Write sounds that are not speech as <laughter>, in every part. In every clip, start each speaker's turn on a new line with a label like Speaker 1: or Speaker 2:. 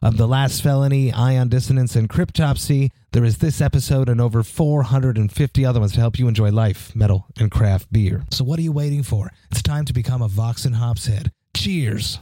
Speaker 1: of The Last Felony, Ion Dissonance, and Cryptopsy. There is this episode and over 450 other ones to help you enjoy life, metal, and craft beer. So what are you waiting for? It's time to become a Vox and Hops head. Cheers!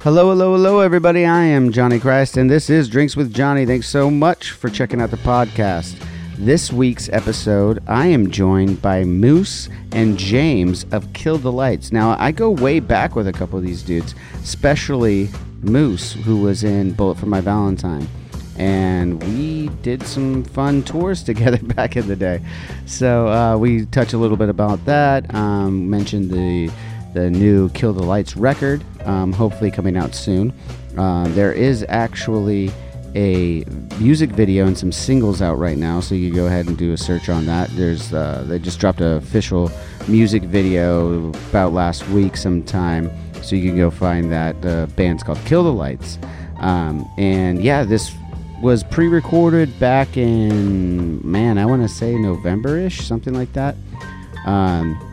Speaker 2: Hello, hello, hello, everybody. I am Johnny Christ, and this is Drinks with Johnny. Thanks so much for checking out the podcast. This week's episode, I am joined by Moose and James of Kill the Lights. Now, I go way back with a couple of these dudes, especially Moose, who was in Bullet for My Valentine. And we did some fun tours <laughs> together back in the day. So uh, we touch a little bit about that, um, mentioned the the new Kill the Lights record, um, hopefully coming out soon. Uh, there is actually a music video and some singles out right now, so you go ahead and do a search on that. There's uh, they just dropped an official music video about last week sometime, so you can go find that. The band's called Kill the Lights, um, and yeah, this was pre-recorded back in man, I want to say November-ish, something like that. Um,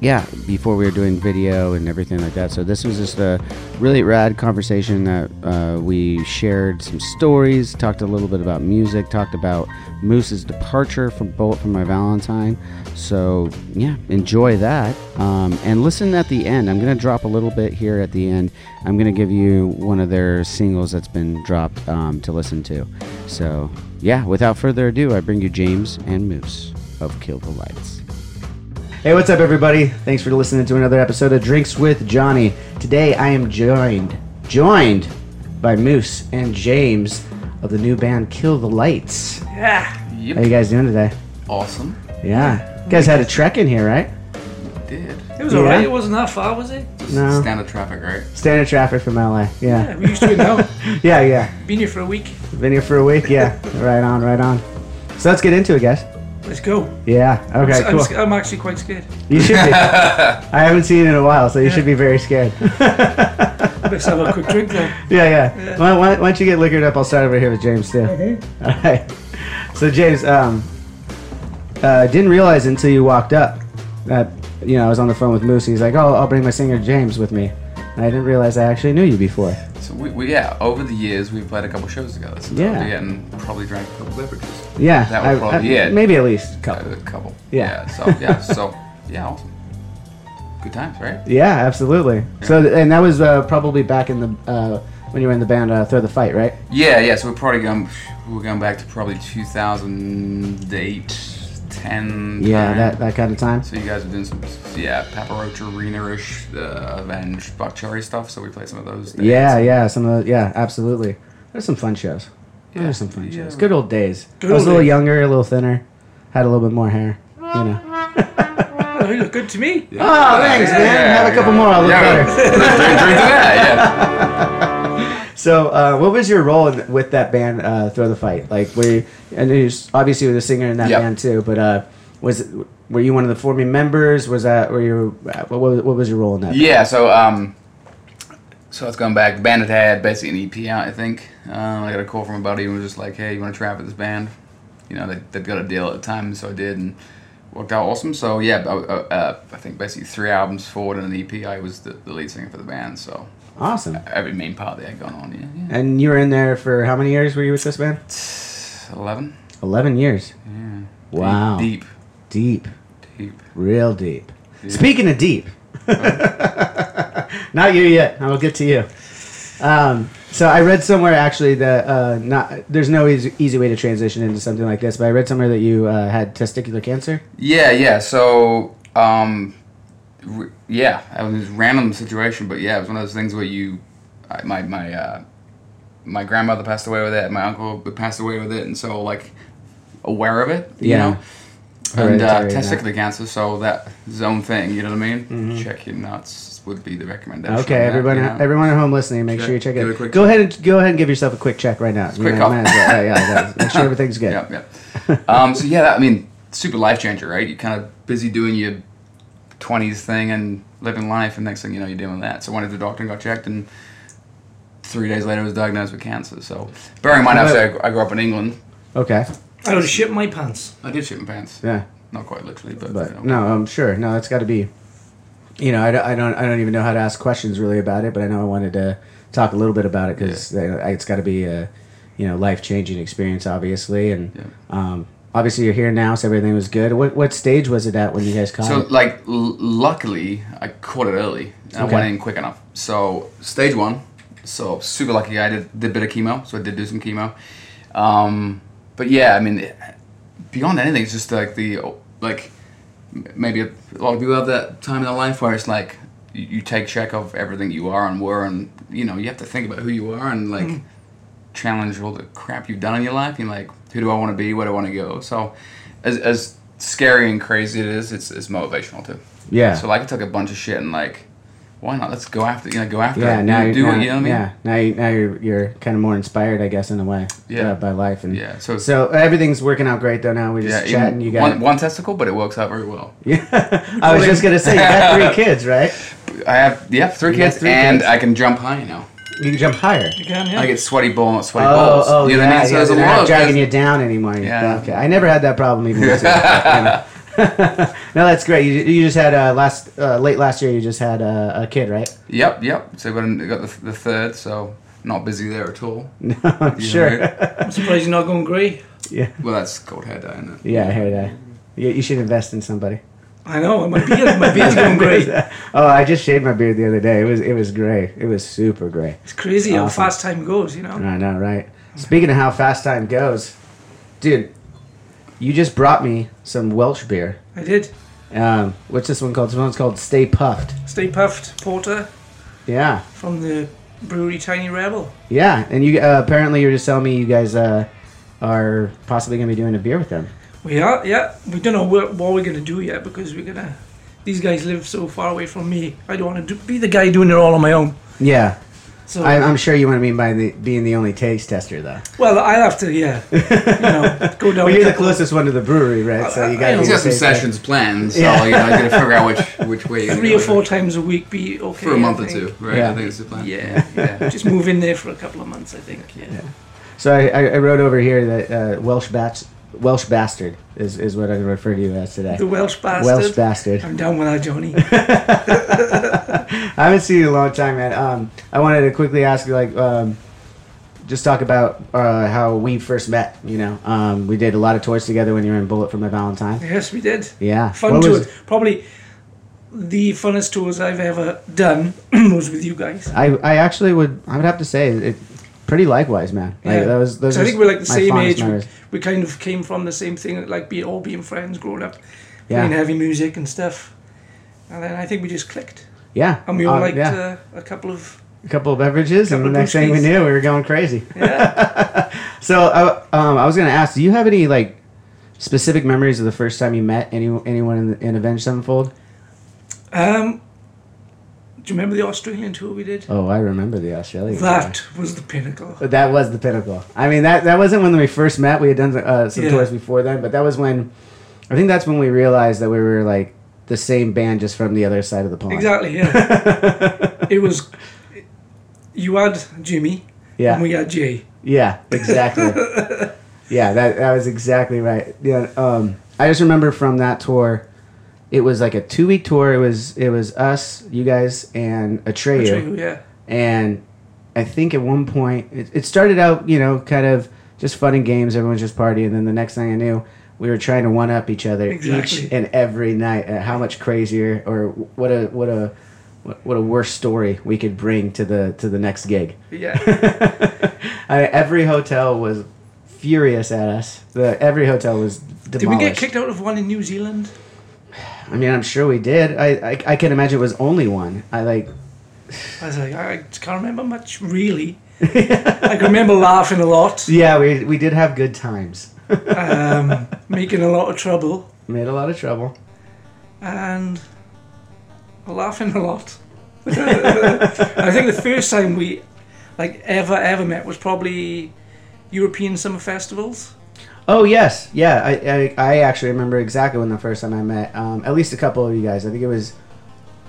Speaker 2: yeah, before we were doing video and everything like that. So this was just a really rad conversation that uh, we shared some stories, talked a little bit about music, talked about Moose's departure from Bullet for My Valentine. So yeah, enjoy that um, and listen at the end. I'm gonna drop a little bit here at the end. I'm gonna give you one of their singles that's been dropped um, to listen to. So yeah, without further ado, I bring you James and Moose of Kill the Lights. Hey, what's up, everybody? Thanks for listening to another episode of Drinks with Johnny. Today, I am joined, joined by Moose and James of the new band Kill the Lights.
Speaker 3: Ah,
Speaker 2: How you
Speaker 4: Yep.
Speaker 2: guys doing today?
Speaker 4: Awesome.
Speaker 2: Yeah, you guys had a trek in here, right?
Speaker 4: Did.
Speaker 3: It was
Speaker 2: Yeah.
Speaker 3: alright. It wasn't that far, was it?
Speaker 2: No.
Speaker 4: Standard traffic, right?
Speaker 2: Standard traffic from LA.
Speaker 3: Yeah,
Speaker 2: Yeah,
Speaker 3: we used to it now.
Speaker 2: yeah, yeah.
Speaker 3: Been here for a week.
Speaker 2: Been here for a week.
Speaker 3: <laughs>
Speaker 2: Yeah, right on, right on. So let's get into it, guys.
Speaker 3: Let's go.
Speaker 2: Yeah. Okay.
Speaker 3: I'm,
Speaker 2: Cool.
Speaker 3: sc- I'm actually quite scared.
Speaker 2: You should
Speaker 3: <laughs>
Speaker 2: be. I haven't seen it in a while, so you should be very scared.
Speaker 3: Let's have a quick drink though.
Speaker 2: Yeah, yeah. Why, why, why don't you get liquored up? I'll start over here with James too. All right. So James, um, uh, didn't realize until you walked up that you know I was on the phone with Moose. He's like, "Oh, I'll bring my singer James with me," and I didn't realize I actually knew you before.
Speaker 4: So we, we yeah. Over the years, we've played a couple shows together. So
Speaker 2: Yeah.
Speaker 4: yeah. And probably drank a couple beverages.
Speaker 2: Yeah,
Speaker 4: That was
Speaker 2: I- I-
Speaker 4: probably it.
Speaker 2: Maybe at least a
Speaker 4: A
Speaker 2: couple.
Speaker 4: couple.
Speaker 2: Yeah.
Speaker 4: So
Speaker 2: <laughs>
Speaker 4: yeah. So yeah. Awesome. Good times, right?
Speaker 2: Yeah, absolutely. So and that was uh, probably back in the uh, when you were in the band uh, Throw the Fight, right?
Speaker 4: Yeah. Yeah. So we're probably going. We're going back to probably 2008, 10.
Speaker 2: Yeah,
Speaker 4: time.
Speaker 2: that that kind of time.
Speaker 4: So you guys were doing some yeah, Paparocha Arena-ish, uh, Avenge, Buck Cherry stuff. So we played some of those. days.
Speaker 2: Yeah, yeah, some of the, yeah, absolutely. There's some fun shows.
Speaker 4: Yeah,
Speaker 2: There's some fun
Speaker 4: yeah.
Speaker 2: shows. Good old days.
Speaker 3: Good
Speaker 2: I was
Speaker 3: old
Speaker 2: a little
Speaker 3: days.
Speaker 2: younger, a little thinner, had a little bit more hair. You know.
Speaker 3: Oh, you look good to me.
Speaker 2: Oh, thanks, man. Have a couple more. I'll look
Speaker 4: yeah.
Speaker 2: better.
Speaker 4: Drink to that. Yeah.
Speaker 2: So, uh, what was your role in, with that band, uh, Throw the Fight? Like, were you, and you s- obviously you were the singer in that
Speaker 4: Yep.
Speaker 2: band too, but uh, was it, were you one of the forming members? Was that were you? uh, What, was- what was your role in that?
Speaker 4: Yeah, so um, so it's going back. The band had had basically an EP out, I think. Um, I got a call from a buddy who was just like, "Hey, you want to try out with this band?" You know, they they got a deal at the time, so I did, and it worked out awesome. So yeah, I, uh, I think basically three albums forward and an EP. I was the, the lead singer for the band, so
Speaker 2: Awesome.
Speaker 4: every main part they had gone on. Yeah,
Speaker 2: And you were in there for how many years? Were you with this band?
Speaker 4: yeah. eleven.
Speaker 2: Eleven years.
Speaker 4: Yeah.
Speaker 2: Wow.
Speaker 4: Deep,
Speaker 2: Deep.
Speaker 4: deep.
Speaker 2: Real deep. Speaking of deep, <laughs> not you yet. I'll get to you. Um, so I read somewhere actually that uh, not there's no easy, easy way to transition into something like this, but I read somewhere that you uh, had testicular cancer.
Speaker 4: Yeah, yeah. So, um, r- yeah, it was a random situation, but yeah, it was one of those things where you, I, my my uh, my grandmother passed away with it, my uncle passed away with it, and so like aware of it, you
Speaker 2: Yeah.
Speaker 4: know. And uh,
Speaker 2: Hereditary,
Speaker 4: testicular cancer, so that zone thing, you know what I mean? Check your nuts would be the recommendation. on
Speaker 2: Mm-hmm. Okay,
Speaker 4: that,
Speaker 2: everyone,
Speaker 4: you know?
Speaker 2: everyone at home listening, make
Speaker 4: Check.
Speaker 2: sure you check
Speaker 4: Give it
Speaker 2: it.
Speaker 4: a quick
Speaker 2: go
Speaker 4: check.
Speaker 2: ahead and go ahead and give yourself a quick check right now. You
Speaker 4: quick
Speaker 2: know,
Speaker 4: off.
Speaker 2: might as well. Yeah, yeah, yeah. Make
Speaker 4: <laughs>
Speaker 2: sure everything's good.
Speaker 4: Yep, yep. um, so yeah, that, I mean, super life changer, right? You're kind of busy doing your 20s thing and living life, and next thing you know, you're dealing with that. So I went to the doctor and got checked, and three days later, I was diagnosed with cancer. So bearing in mind, obviously, I, I grew up in England.
Speaker 2: Okay.
Speaker 3: I would have shit my pants.
Speaker 4: I did shit in pants.
Speaker 2: Yeah,
Speaker 4: Not quite literally, but, you know.
Speaker 2: but no, I'm sure. No, it's got to be. You know, I don't, I don't, I don't even know how to ask questions really about it, but I know I wanted to talk a little bit about it because it's got to be a, you know, life changing experience, obviously, and
Speaker 4: Yeah.
Speaker 2: um, obviously you're here now, so everything was good. What what stage was it at when you guys caught
Speaker 4: So,
Speaker 2: it?
Speaker 4: like, l- luckily, I caught it early
Speaker 2: Okay.
Speaker 4: and I went in quick enough. So, stage one. So, super lucky guy. Did, did a bit of chemo. So, I did do some chemo. Um, but yeah, I mean, beyond anything, it's just like the, like, m- maybe a lot of people have that time in their life where it's like, you, you take check of everything you are and were, and, you know, you have to think about who you are and, like, challenge all the crap you've done in your life. You're like, who do I want to be? Where do I want to go? So, as, as scary and crazy it is, it's, it's motivational too.
Speaker 2: Yeah.
Speaker 4: So like, I took a bunch of shit and like, why not? Let's go after you know, go after
Speaker 2: yeah,
Speaker 4: it.
Speaker 2: now
Speaker 4: you
Speaker 2: you're
Speaker 4: know, do
Speaker 2: now,
Speaker 4: it. You know what I mean?
Speaker 2: yeah, now you now you're you're kind of more inspired, I guess, in a way,
Speaker 4: Yeah.
Speaker 2: uh, by life and
Speaker 4: Yeah, so-
Speaker 2: so everything's working out great though. Now we're
Speaker 4: Yeah,
Speaker 2: just
Speaker 4: even
Speaker 2: chatting. You got
Speaker 4: one, one testicle, but it works out very well.
Speaker 2: <laughs> I was just gonna say you got three
Speaker 4: <laughs>
Speaker 2: kids, right?
Speaker 4: I have yeah three
Speaker 2: You got
Speaker 4: kids,
Speaker 2: three
Speaker 4: and
Speaker 2: kids.
Speaker 4: I can jump high now.
Speaker 2: You can jump higher.
Speaker 3: You can, yeah.
Speaker 4: I get sweaty ball, not sweaty
Speaker 2: Oh,
Speaker 4: balls.
Speaker 2: oh,
Speaker 4: you know
Speaker 2: yeah,
Speaker 4: what I mean? So
Speaker 2: yeah,
Speaker 4: there's a
Speaker 2: they're
Speaker 4: lot
Speaker 2: not
Speaker 4: of
Speaker 2: dragging
Speaker 4: there's-
Speaker 2: you down anymore.
Speaker 4: Yeah.
Speaker 2: Okay, I never had that problem even.
Speaker 4: <laughs>
Speaker 2: with it, you know. <laughs> no, that's great. You, you just had uh, last uh, late last year. You just had uh, a kid,
Speaker 4: <laughs>
Speaker 2: right?
Speaker 4: Yep, yep. So when I got the, the third, so not busy there at all. You know
Speaker 2: I'm
Speaker 4: what I
Speaker 2: sure.
Speaker 4: mean?
Speaker 3: I'm surprised you're not going grey.
Speaker 4: Well, that's cold hair
Speaker 2: <laughs>
Speaker 4: dye, isn't it?
Speaker 2: Yeah, I heard that. You, you should invest in
Speaker 4: <laughs>
Speaker 2: somebody.
Speaker 3: I know, my beard, my
Speaker 2: <laughs>
Speaker 3: beard's going grey.
Speaker 2: oh, I just shaved my beard the other day. It was it was gray. It was super gray.
Speaker 3: It's crazy how
Speaker 2: Awesome.
Speaker 3: fast time goes, you know?
Speaker 2: I know, right? Speaking of how fast time goes, dude, you just brought me some Welsh beer.
Speaker 3: I did.
Speaker 2: Um, what's this one called? This one's called Stay Puffed.
Speaker 3: Stay puffed, porter
Speaker 2: Yeah,
Speaker 3: from the brewery Tiny Rebel.
Speaker 2: yeah. And you uh, apparently you're just telling me you guys uh, are possibly gonna be doing a beer with them.
Speaker 3: We are, yeah. We don't know what, what we're gonna do yet because we're gonna. These guys live so far away from me. I don't want to do, be the guy doing it all on my own.
Speaker 2: Yeah,
Speaker 3: So
Speaker 2: I, I'm sure you want to mean by the, being the only taste tester though.
Speaker 3: well, I'll have
Speaker 2: <laughs>
Speaker 3: to, yeah. You know, go down.
Speaker 2: Well,
Speaker 3: a
Speaker 2: Oh, you're the
Speaker 3: couple-
Speaker 2: closest one to the brewery, right? So you
Speaker 3: I- I-
Speaker 2: got
Speaker 4: He's got some
Speaker 2: taste tester.
Speaker 4: sessions planned, so
Speaker 2: Yeah.
Speaker 4: you know, I gotta figure out which which way. you're gonna
Speaker 3: three
Speaker 4: go
Speaker 3: or
Speaker 4: with it.
Speaker 3: four times a week be okay
Speaker 4: for a
Speaker 3: I
Speaker 4: month or two,
Speaker 3: think.
Speaker 4: right?
Speaker 2: Yeah.
Speaker 4: I think it's the plan.
Speaker 3: Yeah.
Speaker 4: yeah.
Speaker 3: Just move in there for a couple of months, I think. Yeah.
Speaker 2: So I, I, I wrote over here that uh, Welsh bats, Welsh bastard is, is what I refer to you as today.
Speaker 3: The Welsh bastard.
Speaker 2: Welsh bastard.
Speaker 3: I'm down with
Speaker 2: <laughs>
Speaker 3: that, Johnny.
Speaker 2: I haven't seen you in a long time, man. Um, I wanted to quickly ask you, like, um, just talk about uh, how we first met. You know, um, we did a lot of tours together when you were in Bullet for My Valentine.
Speaker 3: yes, we did.
Speaker 2: Yeah,
Speaker 3: Fun
Speaker 2: What
Speaker 3: tour.
Speaker 2: was-
Speaker 3: Probably the funnest tours I've ever done <clears throat> was with you guys.
Speaker 2: I, I actually would I would have to say it pretty likewise, man. Like
Speaker 3: Yeah.
Speaker 2: that was those
Speaker 3: So I
Speaker 2: are
Speaker 3: think we're like the
Speaker 2: my
Speaker 3: same
Speaker 2: fondest
Speaker 3: age. We,
Speaker 2: memories.
Speaker 3: we kind of came from the same thing, like be all being friends, growing up,
Speaker 2: Yeah.
Speaker 3: playing heavy music and stuff. And then I think we just clicked,
Speaker 2: Yeah,
Speaker 3: and we all
Speaker 2: um,
Speaker 3: liked
Speaker 2: yeah.
Speaker 3: uh, a couple of
Speaker 2: a couple of beverages,
Speaker 3: couple
Speaker 2: and the
Speaker 3: of
Speaker 2: next thing we
Speaker 3: brewskis.
Speaker 2: knew, we were going
Speaker 3: <laughs>
Speaker 2: crazy. <laughs> so I, um, I was gonna ask, do you have any like specific memories of the first time you met any, anyone in, the, in Avenged Sevenfold?
Speaker 3: Um, do you remember the Australian tour we did?
Speaker 2: Oh, I remember the Australian. guy.
Speaker 3: That was the pinnacle.
Speaker 2: But that was the pinnacle. I mean, that that wasn't when we first met. We had done uh, some
Speaker 3: Yeah.
Speaker 2: tours before then, but that was when I think that's when we realized that we were like the same band, just from the other side of the pond.
Speaker 3: Exactly. Yeah.
Speaker 2: <laughs>
Speaker 3: it was. You had Jimmy.
Speaker 2: Yeah.
Speaker 3: And we had Jay.
Speaker 2: Yeah, exactly. yeah, that that was exactly right. Yeah, um, I just remember from that tour, it was like a two week tour. It was it was us, you guys, and Atreyu,
Speaker 3: True. Yeah.
Speaker 2: and I think at one point it, it started out, you know, kind of just fun and games. Everyone's just partying, and then the next thing I knew, we were trying to one up each other each
Speaker 3: Exactly.
Speaker 2: and every night. At how much crazier or what a what a what a worse story we could bring to the to the next gig. <laughs>
Speaker 3: Yeah.
Speaker 2: I mean, every hotel was furious at us. The every hotel was demolished.
Speaker 3: Did we get kicked out of one in New Zealand?
Speaker 2: I mean, I'm sure we did. I, I I can imagine it was only one. I like.
Speaker 3: I was like, I can't remember
Speaker 2: <laughs>
Speaker 3: much really. I can remember laughing a lot,
Speaker 2: Yeah, we we did have good times.
Speaker 3: um, making a lot of trouble.
Speaker 2: Made a lot of trouble.
Speaker 3: and laughing a lot. <laughs> I think the first time we, like, ever ever met was probably European summer festivals.
Speaker 2: Oh yes, yeah. I, I I actually remember exactly when the first time I met um, at least a couple of you guys. I think it was,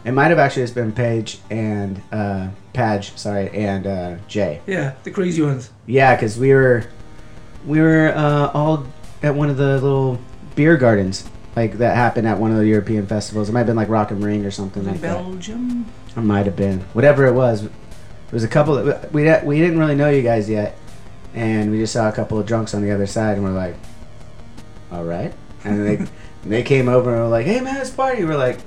Speaker 2: it might have actually just been Paige and uh, Page, sorry, and uh, Jay.
Speaker 3: Yeah, the crazy ones.
Speaker 2: Yeah, because we were, we were uh, all at one of the little beer gardens like that happened at one of the European festivals. It might have been like Rock and Ring or something
Speaker 3: In
Speaker 2: like
Speaker 3: Belgium.
Speaker 2: that. It might have been whatever it was. It was a couple. Of, we we didn't really know you guys yet, and we just saw a couple of drunks on the other side, and we're like, all right. And they and they came over and were like, hey man, it's party. We're like,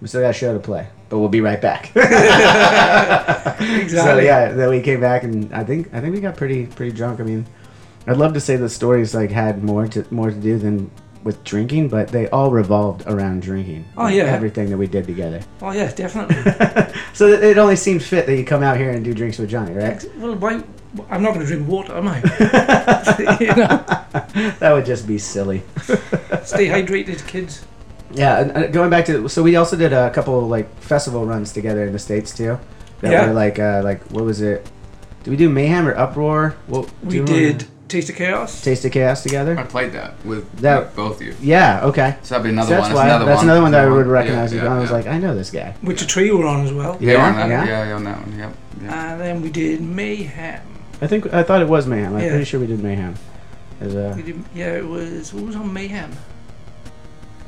Speaker 2: we still got a show to play, but we'll be right back. <laughs>
Speaker 3: Exactly.
Speaker 2: So yeah, then we came back and I think I think we got pretty pretty drunk. I mean, I'd love to say the stories like had more to more to do than with drinking, but they all revolved around drinking.
Speaker 3: Oh,
Speaker 2: Like,
Speaker 3: yeah.
Speaker 2: everything that we did together.
Speaker 3: Oh yeah, definitely.
Speaker 2: So it- it only seemed fit that you come out here and do drinks with Johnny,
Speaker 3: <laughs>
Speaker 2: right?
Speaker 3: well, why? I'm not going to drink water,
Speaker 2: <laughs>
Speaker 3: am I? you know,
Speaker 2: That would just be silly.
Speaker 3: stay hydrated, kids.
Speaker 2: Yeah, and, and going back to so we also did a couple like festival runs together in the states too. That
Speaker 3: Yeah.
Speaker 2: were like uh, like what was it? Did we do mayhem or uproar? What do
Speaker 3: We
Speaker 2: you remember?
Speaker 3: did Taste of Chaos.
Speaker 2: taste of chaos
Speaker 4: <laughs> I
Speaker 2: together.
Speaker 4: played that with
Speaker 2: That-
Speaker 4: both of you.
Speaker 2: Yeah. Okay.
Speaker 4: So that'd be another
Speaker 2: So
Speaker 4: one.
Speaker 2: that's why
Speaker 4: another
Speaker 2: that's
Speaker 4: one.
Speaker 2: another one that I would recognize.
Speaker 4: Yeah,
Speaker 2: Yeah,
Speaker 4: yeah,
Speaker 2: I was
Speaker 4: yeah.
Speaker 2: like, I know this guy.
Speaker 3: which a tree were on as well.
Speaker 4: They were on
Speaker 2: Yeah,
Speaker 4: that.
Speaker 2: yeah.
Speaker 4: Yeah, yeah, on that one. Yep. Yeah.
Speaker 3: And then we did Mayhem.
Speaker 2: I think I thought it was Mayhem. I'm
Speaker 3: Yeah.
Speaker 2: pretty sure we did Mayhem. uh, As
Speaker 3: We
Speaker 2: a
Speaker 3: did, yeah, it was. What was on Mayhem?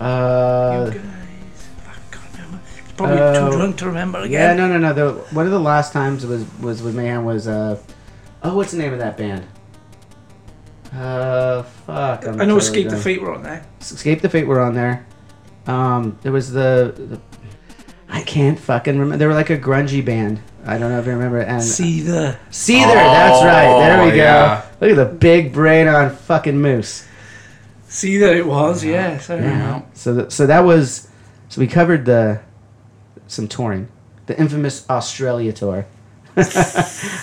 Speaker 2: uh,
Speaker 3: you guys. Fuck, I can't remember. It's probably
Speaker 2: uh,
Speaker 3: too drunk to remember
Speaker 2: yeah,
Speaker 3: again.
Speaker 2: no, no, no. The one of the last times was was with Mayhem was uh, oh, what's the name of that band? Uh, fuck. I'm
Speaker 3: I
Speaker 2: totally
Speaker 3: know Escape the
Speaker 2: done.
Speaker 3: Fate were on there.
Speaker 2: Escape the Fate were on there. Um, there was the, the I can't fucking remember. They were like a grungy band. I don't know if you remember. it, And
Speaker 3: See the.
Speaker 2: Seether, that's right. There we
Speaker 4: Oh,
Speaker 2: go.
Speaker 4: yeah.
Speaker 2: Look at the big brain on fucking Moose.
Speaker 3: See that it was, yes. I remember.
Speaker 4: Yeah.
Speaker 2: So, th- so that was, so we covered the, some touring, the infamous Australia tour. <laughs>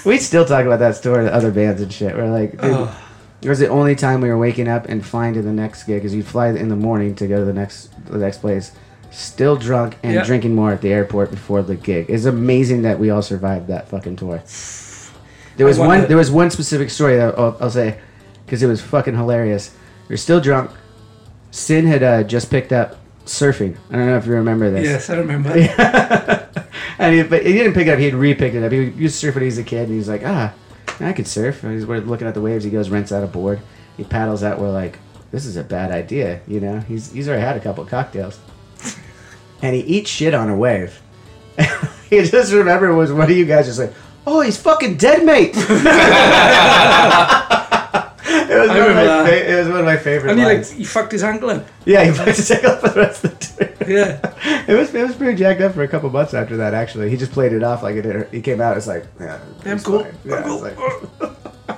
Speaker 2: we still talk about that tour to other bands and shit. We're like, dude, it was the only time we were waking up and flying to the next gig because you'd fly in the morning to go to the next the next place, still drunk and
Speaker 3: Yeah.
Speaker 2: drinking more at the airport before the gig. It's amazing that we all survived that fucking tour. There was
Speaker 3: I wanna-
Speaker 2: one. There was one specific story that I'll, I'll say because it was fucking hilarious. We are still drunk. Sin had uh, just picked up surfing. I don't know if you remember this.
Speaker 3: Yes, I remember.
Speaker 2: And he, but he didn't pick it up. He had re-picked it up. He used to surf when he was a kid, and he's like, ah, I could surf. And he's we're looking at the waves. He goes, rents out a board. He paddles out. We're like, this is a bad idea. You know, he's he's already had a couple cocktails, and he eats shit on a wave. <laughs> he just remember was one of you guys just like, oh, he's fucking dead, mate. <laughs> it was one of
Speaker 3: remember
Speaker 2: my
Speaker 3: that.
Speaker 2: fa- it was one of my favorite.
Speaker 3: And he like
Speaker 2: lines.
Speaker 3: he fucked his ankle up.
Speaker 2: yeah, he put his <laughs> take off for the rest of the tour <laughs>
Speaker 3: Yeah.
Speaker 2: it was it was pretty jacked up for a couple months after that. Actually, he just played it off like it. did- He came out. It's like, yeah,
Speaker 3: Damn
Speaker 2: it's
Speaker 3: cool.
Speaker 2: fine.
Speaker 3: I'm
Speaker 2: Yeah,
Speaker 3: cool.
Speaker 2: it's like- <laughs>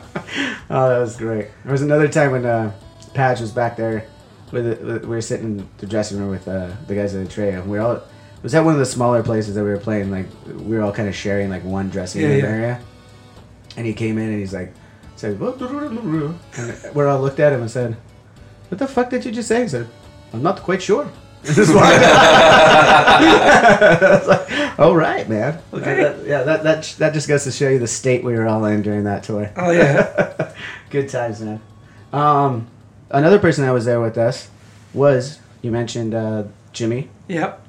Speaker 2: oh, that was great. There was another time when uh, Patch was back there. With, with, we were sitting in the dressing room with uh, the guys at the tray, and we were all. It was at one of the smaller places that we were playing. Like we were all kind of sharing like one dressing
Speaker 3: Yeah,
Speaker 2: room
Speaker 3: yeah.
Speaker 2: area. And he came in and he's like, said, and we all looked at him and said, "What the fuck did you just say?" He said, "I'm not quite sure." <laughs> Just walked out. All right, man.
Speaker 3: Okay.
Speaker 2: That- yeah, that, that that just goes to show you the state we were all in during that tour.
Speaker 3: Oh yeah. <laughs>
Speaker 2: <laughs> Good times, man. Um, another person that was there with us was you mentioned uh, Jimmy
Speaker 3: Yep.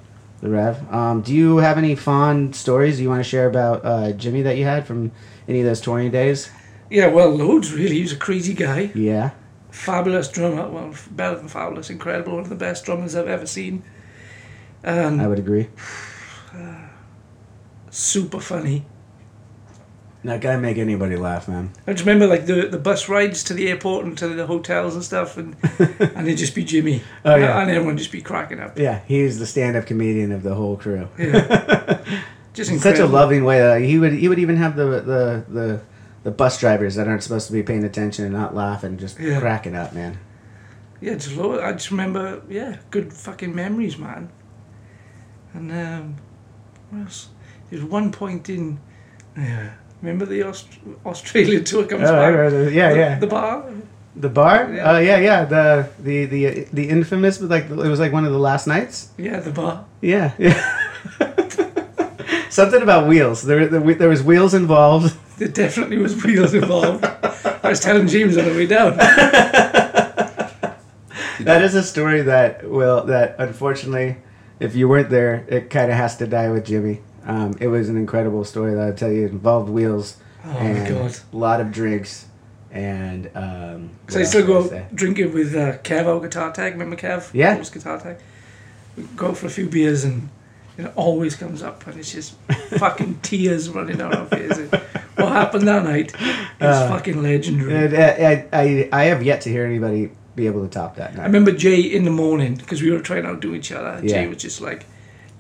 Speaker 2: the Rev. Um, do you have any fond stories you want to share about uh, Jimmy that you had from any of those touring days?
Speaker 3: Yeah, well, loads really. He was a crazy guy.
Speaker 2: Yeah.
Speaker 3: Fabulous drummer. Well, f- better than fabulous. Incredible. One of the best drummers I've ever seen. And
Speaker 2: I would agree.
Speaker 3: super funny.
Speaker 2: That guy make anybody laugh, man.
Speaker 3: I just remember like the, the bus rides to the airport and to the hotels and
Speaker 2: <laughs>
Speaker 3: stuff, and and it'd just be Jimmy.
Speaker 2: Oh, yeah.
Speaker 3: And everyone just be cracking up.
Speaker 2: Yeah, he's the stand-up comedian of the whole crew.
Speaker 3: Just
Speaker 2: In such a
Speaker 3: incredible.
Speaker 2: loving way. Like, he would he would even have the the the the bus drivers that aren't supposed to be paying attention and not laughing, just
Speaker 3: Yeah.
Speaker 2: cracking up, man.
Speaker 3: Yeah, just lo- I just remember, yeah, good fucking memories, man. And um, what else? There's one point in, yeah, remember the Aust- Australian <laughs> tour comes
Speaker 2: Oh, I
Speaker 3: back.
Speaker 2: remember the- yeah,
Speaker 3: the,
Speaker 2: yeah.
Speaker 3: The bar.
Speaker 2: The bar?
Speaker 3: Yeah.
Speaker 2: Yeah. Uh, yeah, yeah. The the the the infamous, but like it was like one of the last nights.
Speaker 3: Yeah, the bar.
Speaker 2: Yeah, yeah. <laughs> Something about wheels. There, there, there was wheels
Speaker 3: <laughs>
Speaker 2: involved.
Speaker 3: There definitely was wheels
Speaker 2: <laughs>
Speaker 3: involved. I was telling James on the way down.
Speaker 2: That is a story that will that unfortunately, if you weren't there, it kind of has to die with Jimmy. Um, it was an incredible story that I tell you. It involved wheels
Speaker 3: Oh my
Speaker 2: and
Speaker 3: God.
Speaker 2: a lot of drinks and. Um,
Speaker 3: So
Speaker 2: what
Speaker 3: I
Speaker 2: else
Speaker 3: still
Speaker 2: can
Speaker 3: go
Speaker 2: say?
Speaker 3: drinking with uh, Kev, our guitar tag. Remember Kev?
Speaker 2: Yeah.
Speaker 3: Our guitar tag. We go for a few beers and it always comes up and
Speaker 2: <laughs>
Speaker 3: it's just fucking tears running down our faces. What happened that night is
Speaker 2: Uh,
Speaker 3: fucking legendary.
Speaker 2: And, uh, I, I I have yet to hear anybody be able to top that.
Speaker 3: I
Speaker 2: Night.
Speaker 3: remember Jay in the morning because we were trying to outdo each other. Jay
Speaker 2: Yeah.
Speaker 3: was just like,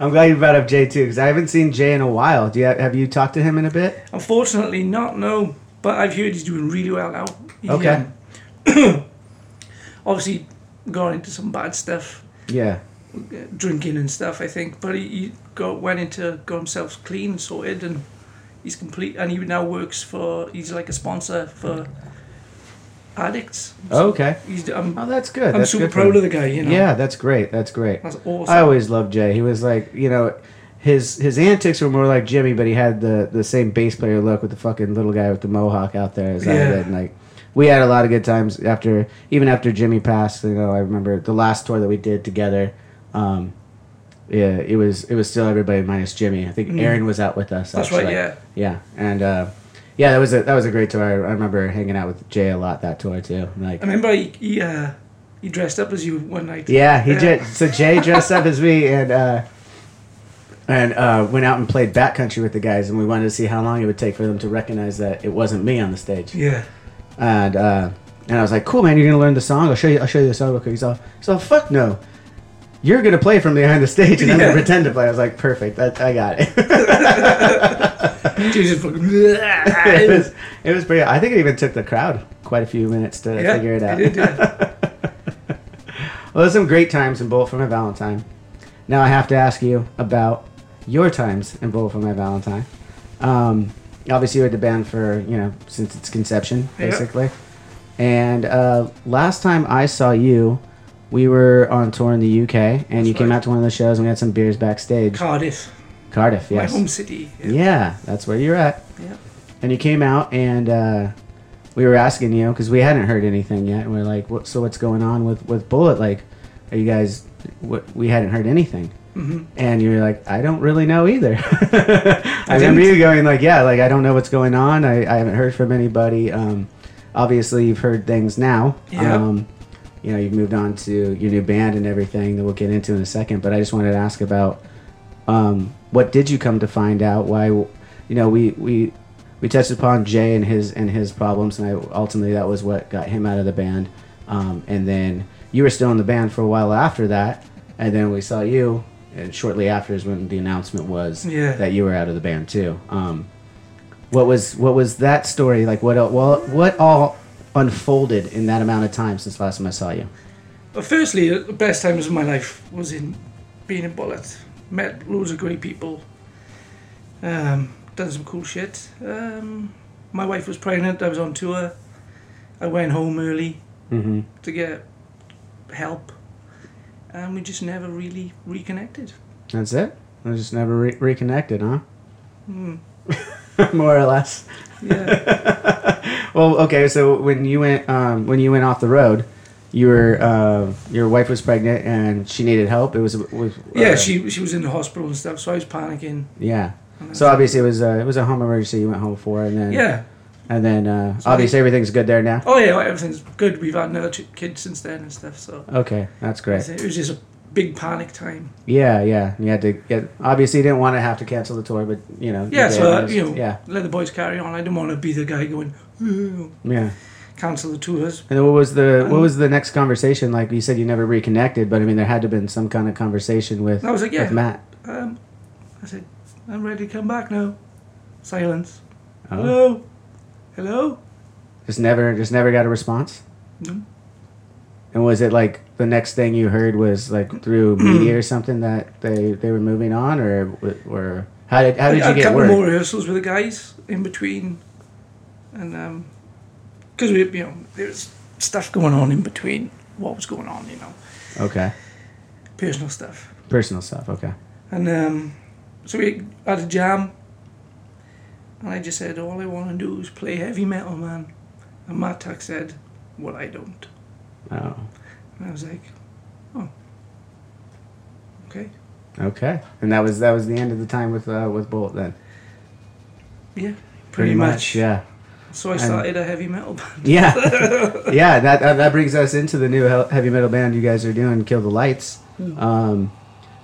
Speaker 2: I'm glad you brought up Jay too, because I haven't seen Jay in a while. Do you have, have you talked to him in a bit?
Speaker 3: Unfortunately, not no. But I've heard he's doing really well now. He,
Speaker 2: Okay.
Speaker 3: um, <coughs> obviously, got into some bad stuff,
Speaker 2: Yeah.
Speaker 3: uh, drinking and stuff. I think, but he, he got went into got himself clean, sorted, and he's complete. And he now works for. He's like a sponsor for addicts.
Speaker 2: okay.
Speaker 3: He's, I'm,
Speaker 2: Oh, that's good.
Speaker 3: I'm
Speaker 2: that's
Speaker 3: super
Speaker 2: good for
Speaker 3: proud
Speaker 2: him.
Speaker 3: of the guy. You know.
Speaker 2: Yeah, that's great. That's great.
Speaker 3: That's awesome.
Speaker 2: I always loved Jay. He was like, you know, his his antics were more like Jimmy, but he had the the same bass player look with the fucking little guy with the mohawk out there as I
Speaker 3: Yeah.
Speaker 2: did. And like, we had a lot of good times after, even after Jimmy passed. You know, I remember the last tour that we did together. Um, yeah, it was it was still everybody minus Jimmy. I think Aaron was out with us.
Speaker 3: Mm-hmm. That's right,
Speaker 2: actually.
Speaker 3: yeah.
Speaker 2: Yeah, and. uh yeah, that was a that was a great tour. I, I remember hanging out with Jay a lot that tour too. Like,
Speaker 3: I remember he he, uh, he dressed up as you one night.
Speaker 2: Yeah, he did. So Jay dressed up as me and uh, and uh, went out and played backcountry with the guys, and we wanted to see how long it would take for them to recognize that it wasn't me on the stage.
Speaker 3: Yeah.
Speaker 2: And uh, and I was like, "Cool, man, you're gonna learn the song. I'll show you. I'll show you the song." real quick." He's all, "He's all, fuck no." You're gonna play from behind the stage, and I'm
Speaker 3: Yeah.
Speaker 2: gonna pretend to play. I was like, "Perfect, that, I got it." <laughs>
Speaker 3: Jesus fucking. <laughs>
Speaker 2: it was, it was pretty. I think it even took the crowd quite a few minutes to
Speaker 3: yeah,
Speaker 2: figure it out.
Speaker 3: He did, uh, yeah.
Speaker 2: Well, there's some great times in Bullet for My Valentine. Now I have to ask you about your times in Bullet for My Valentine. Um, obviously, you had the band for, you know, since its conception,
Speaker 3: Yeah.
Speaker 2: basically. And uh, last time I saw you, we were on tour in the UK, and you came
Speaker 3: right.
Speaker 2: out to one of the shows, and we had some beers backstage.
Speaker 3: Cardiff,
Speaker 2: Cardiff,
Speaker 3: my
Speaker 2: yes.
Speaker 3: home city. Yeah.
Speaker 2: Yeah, that's where you're at.
Speaker 3: Yeah.
Speaker 2: And you came out, and uh, we were asking you because we hadn't heard anything yet, and we are like, "What? So what's going on with with Bullet? Like, are you guys? What? We hadn't heard anything."
Speaker 3: Mm-hmm.
Speaker 2: And you were like, "I don't really know either." <laughs> I, remember
Speaker 3: didn't.
Speaker 2: you going like, "Yeah, like I don't know what's going on. I, I haven't heard from anybody." Um, obviously, you've heard things now.
Speaker 3: Yeah.
Speaker 2: Um, you know, you've moved on to your new band and everything that we'll get into in a second. But I just wanted to ask about um, what did you come to find out? Why, you know, we we we touched upon Jay and his and his problems, and I ultimately that was what got him out of the band. Um, and then you were still in the band for a while after that, and then we saw you, and shortly after is when the announcement was
Speaker 3: Yeah.
Speaker 2: that you were out of the band too. Um, what was what was that story like? What well, what all unfolded in that amount of time since last time I saw you?
Speaker 3: But firstly, the best times of my life was in being in Bullet. Met loads of great people. Um, done some cool shit. Um, my wife was pregnant. I was on tour. I went home early to get help, and we just never really reconnected.
Speaker 2: That's it. I just never re- reconnected, huh? <laughs>
Speaker 3: Hmm.
Speaker 2: More or less.
Speaker 3: Yeah.
Speaker 2: <laughs> Well, okay. So when you went um, when you went off the road, you were uh, your wife was pregnant and she needed help. It was, was
Speaker 3: Yeah,
Speaker 2: uh,
Speaker 3: she she was in the hospital and stuff, so I was panicking.
Speaker 2: yeah. So obviously it was a, it was a home emergency you went home for, and then
Speaker 3: Yeah.
Speaker 2: and then uh, obviously everything's good there now.
Speaker 3: Oh yeah, well, everything's good. We've had another ch- kid since then and stuff. So
Speaker 2: Okay, that's great.
Speaker 3: it was just a big panic time.
Speaker 2: Yeah, yeah. You had to get obviously you didn't want to have to cancel the tour, but you know. you
Speaker 3: Yeah,
Speaker 2: did.
Speaker 3: so
Speaker 2: It
Speaker 3: uh,
Speaker 2: was-
Speaker 3: you know,
Speaker 2: yeah,
Speaker 3: let the boys carry on. I didn't want to be the guy going. "Ugh,
Speaker 2: Yeah.
Speaker 3: cancel the tours.
Speaker 2: And then what was the
Speaker 3: Um,
Speaker 2: what was the next conversation like? You said you never reconnected, but I mean there had to have been some kind of conversation with
Speaker 3: I was like, yeah.
Speaker 2: with Matt.
Speaker 3: Um, I said, I'm ready to come back now. Silence.
Speaker 2: Oh.
Speaker 3: Hello? Hello?
Speaker 2: Just never just never got a response.
Speaker 3: No.
Speaker 2: And was it like the next thing you heard was like
Speaker 3: <clears throat>
Speaker 2: through media or something that they they were moving on or or how did how did
Speaker 3: I-
Speaker 2: you
Speaker 3: I had a
Speaker 2: get
Speaker 3: couple
Speaker 2: word?
Speaker 3: more rehearsals with the guys in between, and because we, you know, there's stuff going on in between what was going on, you know,
Speaker 2: Okay,
Speaker 3: personal stuff,
Speaker 2: personal stuff. Okay,
Speaker 3: and um, so we had a jam, and I just said, all I want to do is play heavy metal, man, and Matt Tuck said, well, I don't,
Speaker 2: oh
Speaker 3: and I was like, oh, okay,
Speaker 2: okay, and that was that was the end of the time with uh, with Bolt then.
Speaker 3: yeah, pretty, much.
Speaker 2: yeah.
Speaker 3: So I started a heavy metal band. <laughs>
Speaker 2: Yeah, yeah. That that that brings us into the new he- heavy metal band you guys are doing, Kill the Lights.
Speaker 3: Hmm.
Speaker 2: Um,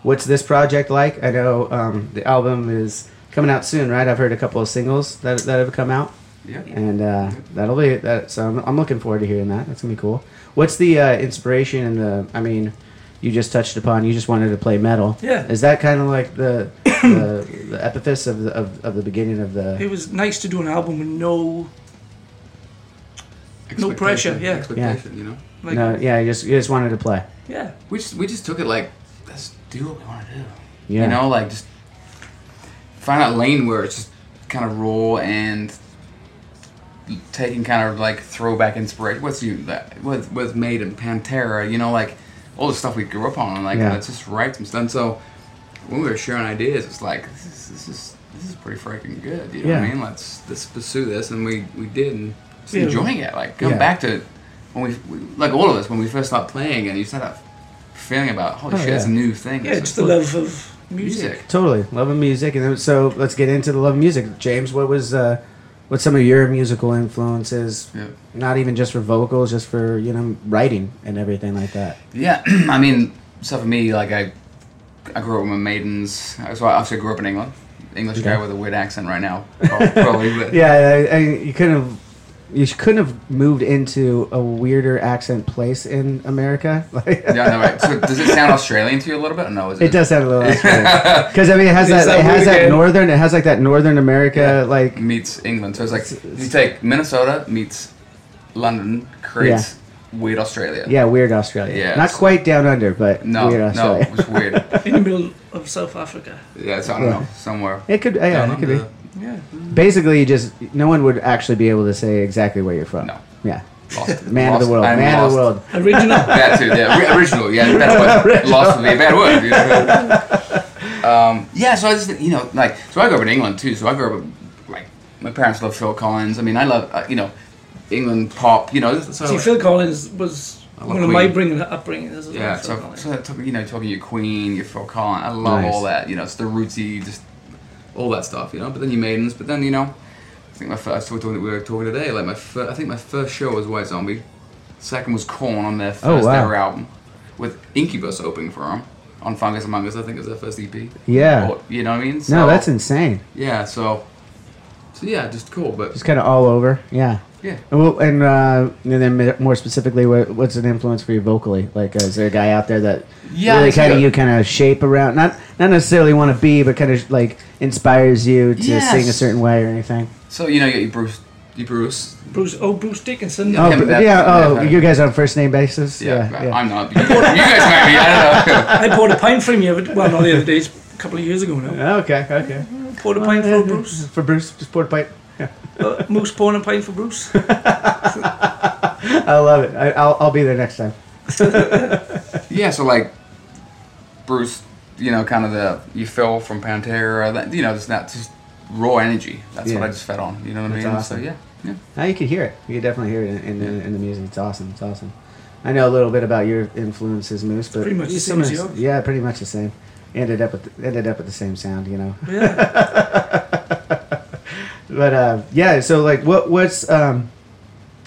Speaker 2: what's this project like? I know um, the album is coming out soon, right? I've heard a couple of singles that that have come out,
Speaker 4: Yeah.
Speaker 2: and uh, that'll be that. So I'm, I'm looking forward to hearing that. That's gonna be cool. What's the uh, inspiration and the? I mean, you just touched upon. You just wanted to play metal.
Speaker 3: Yeah.
Speaker 2: Is that kind of like the the, the epiphysis of the of, of the beginning of the?
Speaker 3: It was nice to do an album with no No
Speaker 4: Expectation-
Speaker 3: pressure, yeah.
Speaker 4: Expectation, you know.
Speaker 3: like
Speaker 2: no, yeah. You just you just wanted to play.
Speaker 3: yeah.
Speaker 4: We just we just took it like let's do what we want to do.
Speaker 2: Yeah.
Speaker 4: You know, like just find out lane where it's just kind of raw and taking kind of like throwback inspiration. What's you that was was made in Pantera? You know, like all the stuff we grew up on. And like
Speaker 2: Yeah.
Speaker 4: let's just write some stuff. And so when we were sharing ideas, it's like this is this is, this is pretty freaking good. You know
Speaker 2: Yeah.
Speaker 4: what I mean? Let's let's pursue this, and we we did, and just
Speaker 3: Yeah.
Speaker 4: enjoying it. Like come
Speaker 2: Yeah.
Speaker 4: back to when we, we like all of us when we first start playing, and you start that feeling about holy
Speaker 2: Oh,
Speaker 4: shit, it's a
Speaker 2: yeah.
Speaker 4: new thing.
Speaker 3: Yeah,
Speaker 4: It's
Speaker 3: just
Speaker 4: a-
Speaker 3: the love of music.
Speaker 2: Totally, love of music, and then- so let's get into the love of music. James, what was uh, what some of your musical influences?
Speaker 4: Yeah.
Speaker 2: Not even just for vocals, just for you know writing and everything like that.
Speaker 4: Yeah, <clears throat> I mean, so for me, like I, I grew up with my maidens. So I also grew up in England. English guy
Speaker 2: Okay.
Speaker 4: with a weird accent right now, prob- probably. But
Speaker 2: <laughs> Yeah, I, I, you couldn't have you sh- couldn't have moved into a weirder accent place in America. <laughs> Like,
Speaker 4: yeah, no, right. So does it sound Australian to you a little bit? Or no, is it?
Speaker 2: It does sound a little because I mean it has
Speaker 3: It's
Speaker 2: that, it
Speaker 3: that
Speaker 2: has
Speaker 3: weird
Speaker 2: that
Speaker 3: again.
Speaker 2: northern it has like that northern America like
Speaker 4: meets England. So it's like you take Minnesota meets London creates weird Australia.
Speaker 2: yeah weird Australia.
Speaker 4: Yeah,
Speaker 2: not
Speaker 4: it's-
Speaker 2: quite down under, but
Speaker 4: No,
Speaker 2: weird
Speaker 4: no,
Speaker 2: Australia. <laughs>
Speaker 4: it's weird.
Speaker 3: In the middle of South Africa.
Speaker 4: Yeah, so I don't know somewhere.
Speaker 2: It could yeah,
Speaker 4: Down
Speaker 2: it could be.
Speaker 4: under
Speaker 3: Yeah.
Speaker 2: Basically, you just no one would actually be able to say exactly where you're from.
Speaker 4: No.
Speaker 2: Yeah. <laughs>
Speaker 4: Lost.
Speaker 2: Man of
Speaker 4: Lost.
Speaker 2: the world.
Speaker 4: I'm
Speaker 2: Man of
Speaker 4: lost.
Speaker 2: the world.
Speaker 3: Original.
Speaker 4: <laughs> That too, yeah. ri- Original,
Speaker 2: <laughs>
Speaker 4: yeah. That's what lost would be a bad word. You know? um, yeah, so I just, think, you know, like, so I grew up in England too. So I grew up, with, like, my parents love Phil Collins. I mean, I love, uh, you know, England pop, you know. So,
Speaker 3: See, Phil Collins was
Speaker 4: I love
Speaker 3: one of my
Speaker 4: Queen.
Speaker 3: bringing upbringing as well.
Speaker 4: yeah,
Speaker 3: Phil
Speaker 4: so,
Speaker 3: Collins.
Speaker 4: so that took- you know, talking your Queen, your Phil Collins. I love
Speaker 2: Nice.
Speaker 4: all that, you know, it's the rootsy, just all that stuff, you know. But then your Maidens, but then, you know, I think my first, we were talking today, like, my first, I think my first show was White Zombie. Second was Corn on their first
Speaker 2: Oh, wow.
Speaker 4: ever album, with Incubus opening for them on Fungus Among Us. I think it was their first EP.
Speaker 2: Yeah.
Speaker 4: Or- you know what I mean? So,
Speaker 2: No, that's insane.
Speaker 4: yeah. So, so yeah, just cool. But
Speaker 2: Just kind of all over. Yeah.
Speaker 4: yeah,
Speaker 2: And Well, and, uh, and then mi- more specifically, what, what's an influence for you vocally? Like, uh, is there a guy out there that
Speaker 4: Yeah,
Speaker 2: really
Speaker 4: it's
Speaker 2: kind of
Speaker 4: good.
Speaker 2: you kind of shape around? Not not necessarily want to be, but kind of like inspires you to
Speaker 4: Yes.
Speaker 2: sing a certain way or anything.
Speaker 4: so you know, you got your Bruce, your Bruce.
Speaker 3: Bruce, oh, Bruce Dickinson.
Speaker 4: Yeah.
Speaker 2: Oh,
Speaker 4: Him,
Speaker 2: but-
Speaker 4: that-
Speaker 2: yeah.
Speaker 4: that
Speaker 2: Oh,
Speaker 4: kind of-
Speaker 2: you guys on first name basis.
Speaker 4: Yeah,
Speaker 2: Yeah.
Speaker 4: I'm not. You, you guys might be. I don't know.
Speaker 3: I bought a pint from you, but- well, not the other day, it's a couple of years ago now.
Speaker 2: Okay. Okay.
Speaker 3: Poured a pint for Bruce.
Speaker 2: For Bruce, just pour a pipe.
Speaker 3: <laughs> Uh, Moose pouring a pint for Bruce.
Speaker 2: I love it. I, I'll, I'll be there next time.
Speaker 4: Yeah, so like Bruce, you know, kind of the you Phil from Pantera. That, you know, just that just raw energy. That's
Speaker 2: Yeah.
Speaker 4: what I just fed on. You know what
Speaker 2: That's
Speaker 4: I mean?
Speaker 2: awesome.
Speaker 4: So yeah, yeah.
Speaker 2: Now you can hear it. You can definitely hear it in, in, in, the music. It's awesome. It's awesome. I know a little bit about your influences, Moose, but
Speaker 3: Pretty much
Speaker 2: you
Speaker 3: the same
Speaker 2: similar-
Speaker 3: as yours.
Speaker 2: Yeah, pretty much the same. Ended up with the, ended up with the same sound, you know.
Speaker 3: Yeah.
Speaker 2: <laughs> But uh, yeah, so like, what what's um,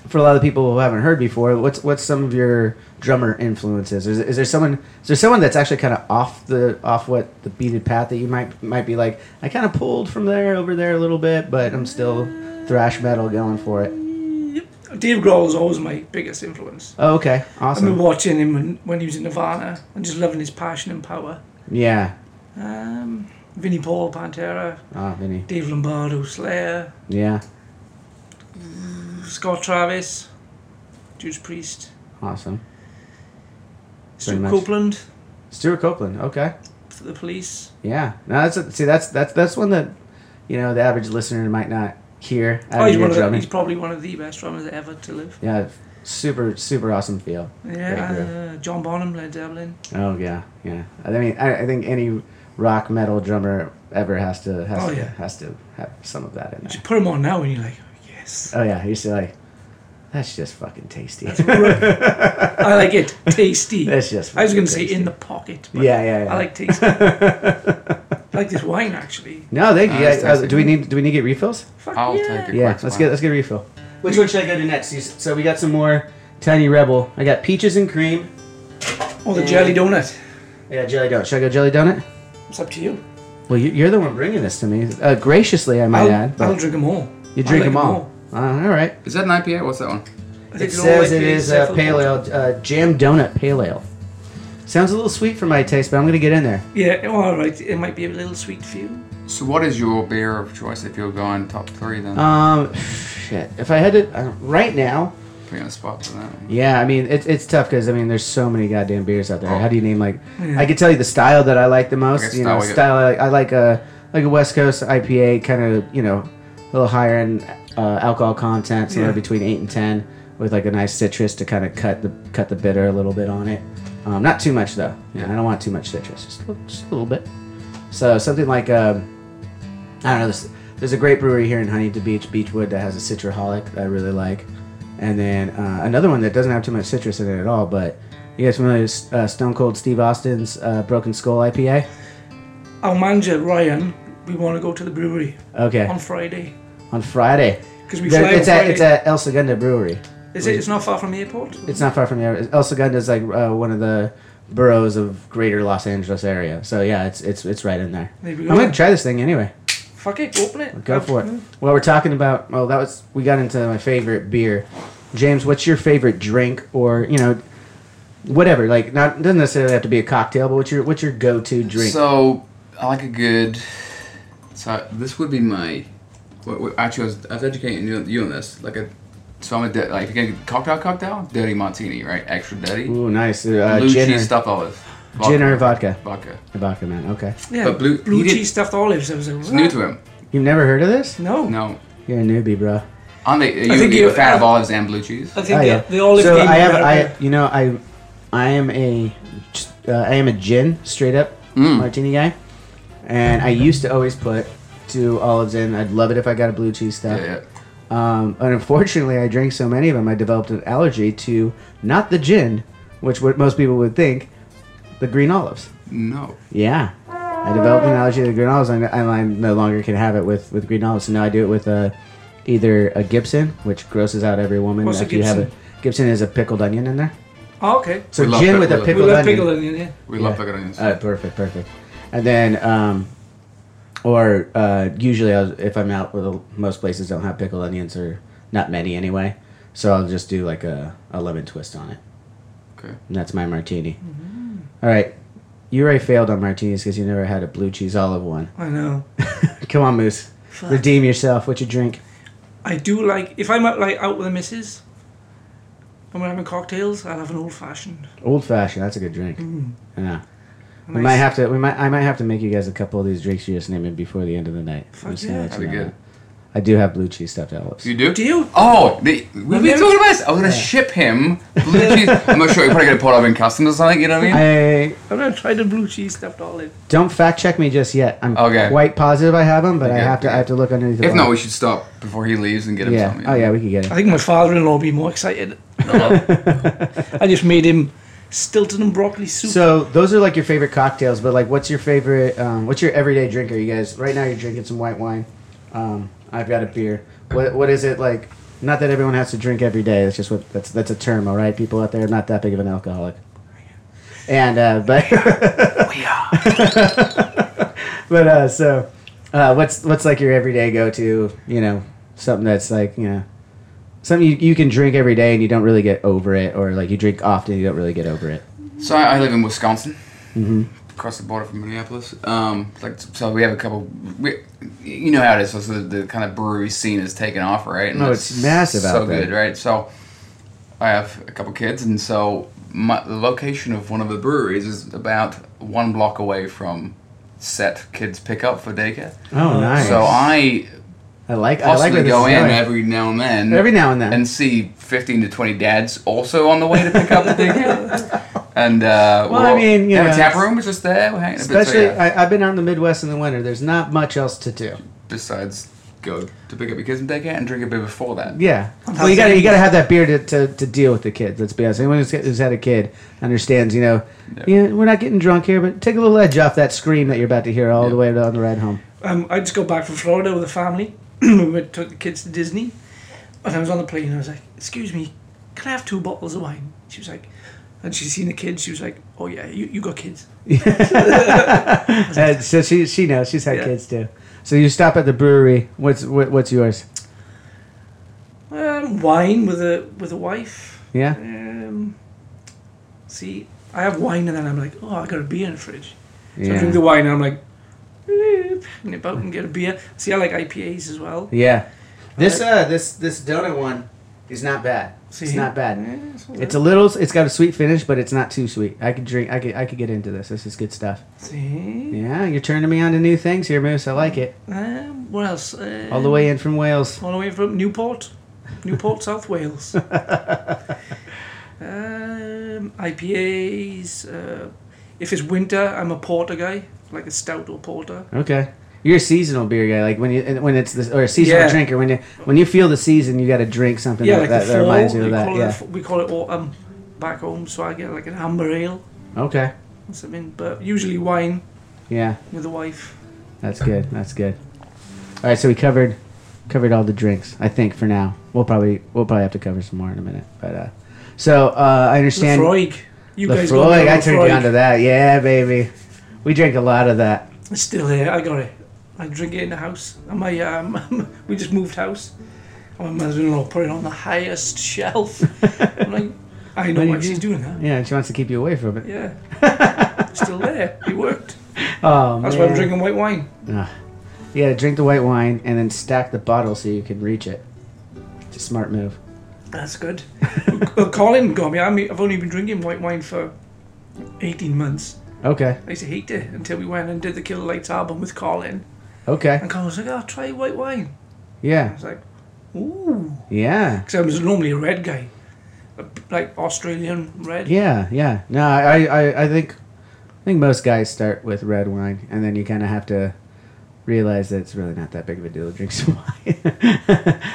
Speaker 2: for a lot of people who haven't heard before, what's what's some of your drummer influences? Is, is there someone is there someone that's actually kind of off the off what the beaded path that you might might be like? I kind of pulled from there over there a little bit, but I'm still thrash metal going for it.
Speaker 3: Dave Grohl is always my biggest influence.
Speaker 2: Oh, okay.
Speaker 3: I
Speaker 2: Awesome.
Speaker 3: remember watching him when, when he was in Nirvana and just loving his passion and power.
Speaker 2: yeah.
Speaker 3: Um, Vinnie Paul, Pantera,
Speaker 2: Oh, Vinny.
Speaker 3: Dave Lombardo, Slayer,
Speaker 2: Yeah.
Speaker 3: Scott Travis, Judas Priest,
Speaker 2: Awesome.
Speaker 3: Stuart
Speaker 2: much.
Speaker 3: Copeland,
Speaker 2: Stuart Copeland. Okay.
Speaker 3: for the police.
Speaker 2: Yeah. Now that's see that's that's that's one that you know the average listener might not hear. out
Speaker 3: Oh,
Speaker 2: of
Speaker 3: he's,
Speaker 2: your
Speaker 3: one of the,
Speaker 2: drumming.
Speaker 3: he's probably one of the best drummers ever to live.
Speaker 2: Yeah. Super super awesome feel. Great group.
Speaker 3: Yeah, uh, John Bonham, Led Zeppelin.
Speaker 2: Oh yeah, yeah. I mean, I, I think any rock metal drummer ever has to has
Speaker 3: Oh,
Speaker 2: to
Speaker 3: yeah.
Speaker 2: has to have some of that in
Speaker 3: You
Speaker 2: there.
Speaker 3: put him on now and you're like, yes.
Speaker 2: Oh yeah, he's like, that's just fucking tasty.
Speaker 3: I like it.
Speaker 2: <laughs>
Speaker 3: Tasty.
Speaker 2: That's just
Speaker 3: I was going to say
Speaker 2: fucking
Speaker 3: in the pocket. But
Speaker 2: Yeah, yeah, yeah.
Speaker 3: I like tasty. I
Speaker 2: <laughs>
Speaker 3: like this wine, actually.
Speaker 2: no, thank
Speaker 4: Oh,
Speaker 2: you.
Speaker 4: that's
Speaker 2: Yeah, uh,
Speaker 4: tasty.
Speaker 2: do we need do we need to get refills?
Speaker 3: Fuck
Speaker 4: I'll
Speaker 3: yeah.
Speaker 4: take it.
Speaker 2: Yeah,
Speaker 4: Quick
Speaker 2: let's
Speaker 4: spot.
Speaker 2: get let's get a refill. Which one should I go to next? You s- So we got some more tiny rebel. I got peaches and cream.
Speaker 3: Or the jelly donut.
Speaker 2: I got jelly donut. Should I go jelly donut?
Speaker 3: It's up to you.
Speaker 2: Well, you, you're the one bringing this to me, uh, graciously, I might
Speaker 3: I'll,
Speaker 2: add. But
Speaker 3: I'll drink them all.
Speaker 2: you drink
Speaker 3: I like
Speaker 2: them all. Uh, all right.
Speaker 4: Is that an IPA? What's that one?
Speaker 3: I think
Speaker 2: It
Speaker 3: it's all
Speaker 2: says
Speaker 3: like
Speaker 2: it
Speaker 3: this,
Speaker 2: is
Speaker 3: except
Speaker 2: a
Speaker 3: for the
Speaker 2: pale
Speaker 3: water.
Speaker 2: ale, uh, jam donut pale ale. Sounds a little sweet for my taste, but I'm gonna get in there.
Speaker 3: Yeah, oh, all right. It might be a little sweet for you.
Speaker 4: So what is your beer of choice if you're going top three? Then
Speaker 2: Um, <sighs> shit. If I had to, uh, right now,
Speaker 4: put me on the spot for that.
Speaker 2: yeah. I mean, it's it's tough because I mean, there's so many goddamn beers out there.
Speaker 4: Oh.
Speaker 2: How do you name like? I could tell you the style that I like the most.
Speaker 4: Okay,
Speaker 2: you
Speaker 4: style
Speaker 2: know,
Speaker 4: we get-
Speaker 2: style I, I like a like a West Coast IPA, kind of you know, a little higher in uh, alcohol content, somewhere
Speaker 3: Yeah.
Speaker 2: between eight and ten, with like a nice citrus to kind of cut the cut the bitter a little bit on it. Um, not too much though. Yeah, I don't want too much citrus. Just a little, just a little bit. So something like um, I don't know. There's, there's a great brewery here in Huntington Beach, Beechwood, that has a citraholic that I really like, and then uh, another one that doesn't have too much citrus in it at all. But you guys familiar with uh, Stone Cold Steve Austin's uh, Broken Skull IPA?
Speaker 3: Our manager, Ryan, we want to go to the brewery
Speaker 2: Okay,
Speaker 3: on Friday.
Speaker 2: on Friday.
Speaker 3: 'Cause we
Speaker 2: There-
Speaker 3: fly on
Speaker 2: it's at it's
Speaker 3: Friday.
Speaker 2: at El Segundo Brewery.
Speaker 3: Is it? It's not far from the airport?
Speaker 2: It's not far from there. El Segundo is like uh, one of the boroughs of Greater Los Angeles area. So yeah, it's it's it's right in there.
Speaker 3: There we
Speaker 2: I'm
Speaker 3: go.
Speaker 2: gonna try this thing anyway.
Speaker 3: Fuck it, open it.
Speaker 2: Go for it. Well, we're talking about. Well, that was we got into my favorite beer. James, what's your favorite drink, or you know, whatever? Like, not doesn't necessarily have to be a cocktail, but what's your what's your go to drink?
Speaker 4: So I like a good. So this would be my. What, what, actually, I was, I was educating you, you on this. Like a. So I'm a de- like again cocktail cocktail dirty martini right extra dirty
Speaker 2: Ooh, nice. Uh,
Speaker 4: blue
Speaker 2: gin,
Speaker 4: cheese
Speaker 2: or,
Speaker 4: stuffed olive
Speaker 2: gin or vodka?
Speaker 4: vodka.
Speaker 2: Vodka, man. Okay.
Speaker 3: Yeah,
Speaker 4: But blue-
Speaker 3: blue,
Speaker 4: he did-
Speaker 3: cheese stuffed olives. I was like,
Speaker 4: It's new to him.
Speaker 2: You've never heard of this?
Speaker 3: No.
Speaker 4: No,
Speaker 2: You're a newbie, bro.
Speaker 4: on the you,
Speaker 3: think
Speaker 4: you're
Speaker 3: you-
Speaker 4: a fan of
Speaker 3: uh,
Speaker 4: olives and blue cheese.
Speaker 3: I think
Speaker 2: Oh,
Speaker 3: the,
Speaker 2: yeah.
Speaker 3: the olive
Speaker 2: so
Speaker 3: game
Speaker 2: I
Speaker 3: in
Speaker 2: have, I,
Speaker 3: America-
Speaker 2: you know, I, I am a, uh, I am a gin straight up
Speaker 4: Mm.
Speaker 2: martini guy, and I used to always put two olives in. I'd love it if I got a blue cheese
Speaker 4: Yeah,
Speaker 2: stuff.
Speaker 4: yeah.
Speaker 2: Um, and unfortunately, I drank so many of them, I developed an allergy to not the gin, which what most people would think, the green olives.
Speaker 4: No.
Speaker 2: Yeah, I developed an allergy to green olives, and and I no longer can have it with with green olives. So now I do it with uh either a Gibson, which grosses out every woman.
Speaker 3: What's a
Speaker 2: if you have
Speaker 3: Gibson?
Speaker 2: a Gibson is a pickled onion in there.
Speaker 3: Oh, okay.
Speaker 2: So
Speaker 4: We love
Speaker 2: gin
Speaker 4: pic-
Speaker 2: with a
Speaker 4: we love-
Speaker 3: We
Speaker 4: we
Speaker 2: pickled
Speaker 3: love
Speaker 2: onion.
Speaker 3: pickled onion, yeah.
Speaker 4: We
Speaker 2: Yeah.
Speaker 4: love pickled onions.
Speaker 2: Uh, perfect, perfect. And then, um, or uh, usually I'll, if I'm out, well, most places don't have pickled onions or not many anyway. So I'll just do like a, a lemon twist on it.
Speaker 4: okay.
Speaker 2: And that's my martini.
Speaker 3: Mm-hmm.
Speaker 2: All right. You already failed on martinis because you never had a blue cheese olive one.
Speaker 3: I know.
Speaker 2: Come on, Moose. Redeem yourself. What you drink?
Speaker 3: I do like if I'm out like out with the missus and we're having cocktails, I'll have an old fashioned.
Speaker 2: Old fashioned. That's a good drink. Yeah. We
Speaker 3: Mm-hmm. Nice.
Speaker 2: might have to. We might. I might have to make you guys a couple of these drinks you just named before the end of the night. I'm
Speaker 3: Fuck
Speaker 2: just gonna
Speaker 3: yeah.
Speaker 2: let you
Speaker 4: That'd be
Speaker 2: know
Speaker 4: good.
Speaker 2: that. I do have blue cheese stuffed olives.
Speaker 4: You do?
Speaker 3: Do you?
Speaker 4: Oh, the, we've been talking about this. I was gonna ship him blue cheese. I'm not sure. You're probably gonna pull up in customs or something. You know what
Speaker 2: <laughs>
Speaker 4: I mean?
Speaker 2: I
Speaker 3: I'm gonna try the blue cheese stuffed olive.
Speaker 2: Don't fact check me just yet. I'm
Speaker 4: Okay.
Speaker 2: quite positive I have them, but I
Speaker 4: Okay,
Speaker 2: have to. I
Speaker 4: okay.
Speaker 2: have to look underneath. the
Speaker 4: if not,
Speaker 2: bar.
Speaker 4: we should stop before he leaves and get him
Speaker 2: yeah.
Speaker 4: something.
Speaker 2: Oh yeah, we can get
Speaker 3: I
Speaker 2: it.
Speaker 3: think my father in law will be more <laughs> excited. I just made him Stilton and broccoli soup.
Speaker 2: So those are like your favorite cocktails, but like, what's your favorite? Um, what's your everyday drinker? You guys, right now you're drinking some white wine. Um, I've got a beer. What What is it like? Not that everyone has to drink every day. That's just what that's that's a term, all right? People out there are not that big of an alcoholic. And uh, <laughs> but
Speaker 3: we are.
Speaker 2: <laughs> but uh, so uh, what's what's like your everyday go to? You know, something that's like you know Something you, you can drink every day and you don't really get over it, or like you drink often and you don't really get over it.
Speaker 4: So I, I live in Wisconsin,
Speaker 2: Mm-hmm.
Speaker 4: across the border from Minneapolis. Um, like so, we have a couple. We, you know how it is. So, so the, the kind of brewery scene is taking off, right?
Speaker 2: No,
Speaker 4: that's
Speaker 2: it's massive
Speaker 4: So
Speaker 2: out there.
Speaker 4: good, right? So I have a couple kids, and so my, the location of one of the breweries is about one block away from set kids pick up for daycare.
Speaker 2: Oh, nice.
Speaker 4: So I
Speaker 2: I like I like
Speaker 4: possibly
Speaker 2: where this
Speaker 4: go
Speaker 2: is
Speaker 4: in
Speaker 2: going.
Speaker 4: every now and then.
Speaker 2: Every now and then.
Speaker 4: And see 15 to 20 dads also on the way to pick up the <laughs> daycare. And, uh,
Speaker 2: Well,
Speaker 4: we're
Speaker 2: I
Speaker 4: all-
Speaker 2: mean, you
Speaker 4: have
Speaker 2: know,
Speaker 4: a tap room, it's just there. We're hanging a bit, so
Speaker 2: Especially,
Speaker 4: yeah,
Speaker 2: I, I've been out in the Midwest in the winter. There's not much else to do.
Speaker 4: besides go to pick up your kids from daycare and drink a beer before that.
Speaker 2: Yeah. Well, you gotta you gotta have that beer to, to, to deal with the kids. Let's be honest. Anyone who's, who's had a kid understands. You know, yeah. we're not getting drunk here, but take a little edge off that scream that you're about to hear all the way on the ride <laughs> home.
Speaker 3: Um, I just got back from Florida with a family. <clears throat> we went, took the kids to Disney, and I was on the plane. and I was like, "Excuse me, can I have two bottles of wine?" She was like, and she's seen the kids. She was like, "Oh yeah, you, you got kids."
Speaker 2: Uh, so she she knows she's had
Speaker 3: Yeah.
Speaker 2: kids too. So you stop at the brewery. What's what, what's yours?
Speaker 3: Um, wine with a with a wife.
Speaker 2: Yeah.
Speaker 3: Um, see, I have wine, and then I'm like, "Oh, I got a beer in the fridge." So I drink the
Speaker 2: Yeah.
Speaker 3: wine, and I'm like, "Eh, nip out and get a beer. See, I like IPAs as well.
Speaker 2: Yeah. This uh this this donut one is not bad. It's
Speaker 3: See?
Speaker 2: not bad.
Speaker 3: Eh, it's all
Speaker 2: It's a little. It's got a sweet finish, but it's not too sweet. I could drink. I could. I could get into this. This is good stuff.
Speaker 3: right. See,
Speaker 2: Yeah, you're turning me on to new things here, Moose. I like it.
Speaker 3: um, what else? Um,
Speaker 2: All the way in from Wales.
Speaker 3: All the way from Newport, Newport, <laughs> South
Speaker 2: <laughs>
Speaker 3: Wales. um, IPAs. Uh, if it's winter, I'm a porter guy, like a stout or porter.
Speaker 2: Okay. You're a seasonal beer guy. Like when you and when it's this or a seasonal
Speaker 3: Yeah.
Speaker 2: drinker. When you when you feel the season, you got to drink something
Speaker 3: yeah,
Speaker 2: that,
Speaker 3: like
Speaker 2: that,
Speaker 3: the
Speaker 2: that
Speaker 3: fall.
Speaker 2: reminds you
Speaker 3: we,
Speaker 2: of that.
Speaker 3: call
Speaker 2: Yeah.
Speaker 3: it, the f- we call it autumn back home, so I get like an amber ale
Speaker 2: okay.
Speaker 3: or something. But usually wine
Speaker 2: Yeah.
Speaker 3: with a wife.
Speaker 2: That's good. That's good. All right, so we covered covered all the drinks. I think for now, we'll probably we'll probably have to cover some more in a minute. But uh, so uh, I understand.
Speaker 3: Lefroig. You guys got
Speaker 2: Lefroy,
Speaker 3: me on
Speaker 2: I turned you
Speaker 3: Lefroy.
Speaker 2: on to that. Yeah, baby. We drank a lot of that.
Speaker 3: It's still here. I got it. I drink it in the house. And my um, <laughs> we just moved house. And my mother-in-law put it on the highest <laughs> shelf. I'm like, I know
Speaker 2: What do
Speaker 3: why
Speaker 2: you
Speaker 3: she's
Speaker 2: do?
Speaker 3: doing that.
Speaker 2: Yeah, and she wants to keep you away from it.
Speaker 3: Yeah,
Speaker 2: <laughs>
Speaker 3: still there. It worked.
Speaker 2: Oh,
Speaker 3: That's why
Speaker 2: man.
Speaker 3: I'm drinking white wine.
Speaker 2: Ugh. You gotta drink the white wine and then stack the bottle so you can reach it. It's a smart move.
Speaker 3: That's good. <laughs> well, Colin got me. I mean, I've only been drinking white wine for 18 months.
Speaker 2: Okay.
Speaker 3: I used to hate it until we went and did the Killer Lights album with Colin.
Speaker 2: Okay.
Speaker 3: And Colin was like, "Oh, try white wine." I
Speaker 2: Yeah.
Speaker 3: was like, "Ooh,"
Speaker 2: Yeah.
Speaker 3: because I was normally a red guy, A- like Australian red.
Speaker 2: Yeah, yeah. No, I, I, I think I think most guys start with red wine, and then you kind of have to realize that it's really not that big of a deal to drink <laughs> some wine.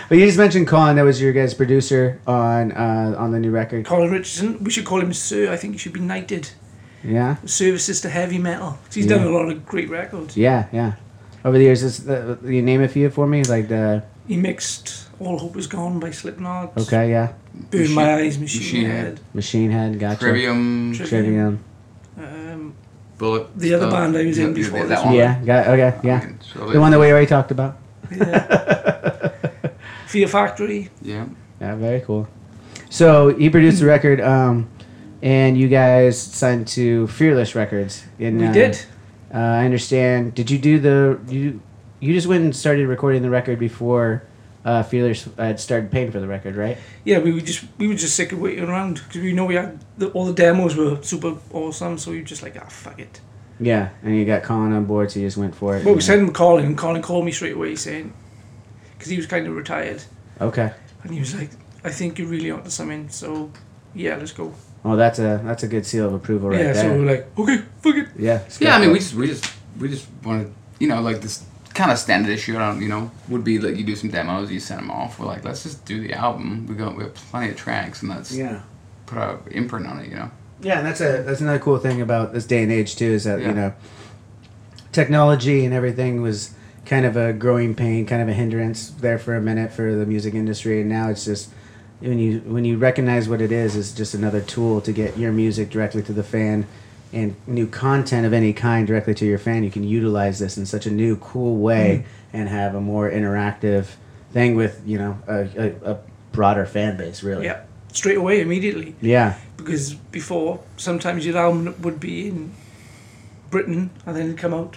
Speaker 2: but you just mentioned Colin. That was your guys' producer on uh, on the new record.
Speaker 3: Colin Richardson. We should call him Sir. I think he should be knighted.
Speaker 2: Yeah,
Speaker 3: Services to heavy metal. 'Cause He's done a lot of great records.
Speaker 2: yeah, yeah. Over the years, is the, you name a few for me, like uh, the
Speaker 3: He mixed "All Hope Is Gone" by Slipknot.
Speaker 2: okay, yeah,
Speaker 3: Burn
Speaker 4: Machine-
Speaker 3: My Eyes, Machine,
Speaker 4: Machine
Speaker 3: Head.
Speaker 2: Machine Head, gotcha.
Speaker 4: Trivium,
Speaker 3: Tri-
Speaker 2: Trivium.
Speaker 3: Um,
Speaker 4: Bullet.
Speaker 3: The other
Speaker 4: uh,
Speaker 3: band I was in
Speaker 4: yeah,
Speaker 3: before
Speaker 4: yeah,
Speaker 3: this
Speaker 4: that
Speaker 3: one.
Speaker 4: one.
Speaker 2: Yeah, got okay, yeah.
Speaker 4: Okay, so
Speaker 2: The one that we already talked about.
Speaker 3: yeah. Fear Factory.
Speaker 4: Yeah.
Speaker 2: Yeah, very cool. So he produced
Speaker 3: <clears throat>
Speaker 2: the record, um, and you guys signed to Fearless Records. In,
Speaker 3: We
Speaker 2: uh,
Speaker 3: did.
Speaker 2: Uh, I understand. Did you do the you? You just went and started recording the record before uh, Fearless had started paying for the record, right?
Speaker 3: Yeah, we were just we were just sick of waiting around because we know we had the, all the demos were super awesome, so we were just like, ah, fuck it.
Speaker 2: Yeah, and you got Colin on board, so you just went for it.
Speaker 3: But we
Speaker 2: and-
Speaker 3: sent him Colin, and Colin called me straight away saying, because he was kind of retired,
Speaker 2: Okay.
Speaker 3: and he was like, I think you're really onto something, so yeah, let's go.
Speaker 2: Well, that's a that's a good seal of approval right
Speaker 3: yeah,
Speaker 2: there.
Speaker 3: so we were like, okay, fuck it.
Speaker 2: yeah.
Speaker 4: Yeah, I mean, we
Speaker 2: just
Speaker 4: just we just we just wanted you know like this kind of standard issue. I don't you know would be like you do some demos, you send them off. We're like, let's just do the album. We got we have plenty of tracks, and let's
Speaker 2: yeah.
Speaker 4: put our imprint on it. You know,
Speaker 2: Yeah, and that's a that's another cool thing about this day and age too is that
Speaker 4: Yeah.
Speaker 2: you know, technology and everything was kind of a growing pain, kind of a hindrance there for a minute for the music industry, and now it's just when you when you recognize what it is, it's just another tool to get your music directly to the fan and new content of any kind directly to your fan. You can utilize this in such a new, cool way and have a more interactive thing with you know a, a, a broader fan base, really.
Speaker 3: Yeah, straight away, immediately.
Speaker 2: Yeah.
Speaker 3: Because before, sometimes your album would be in Britain and then it'd come out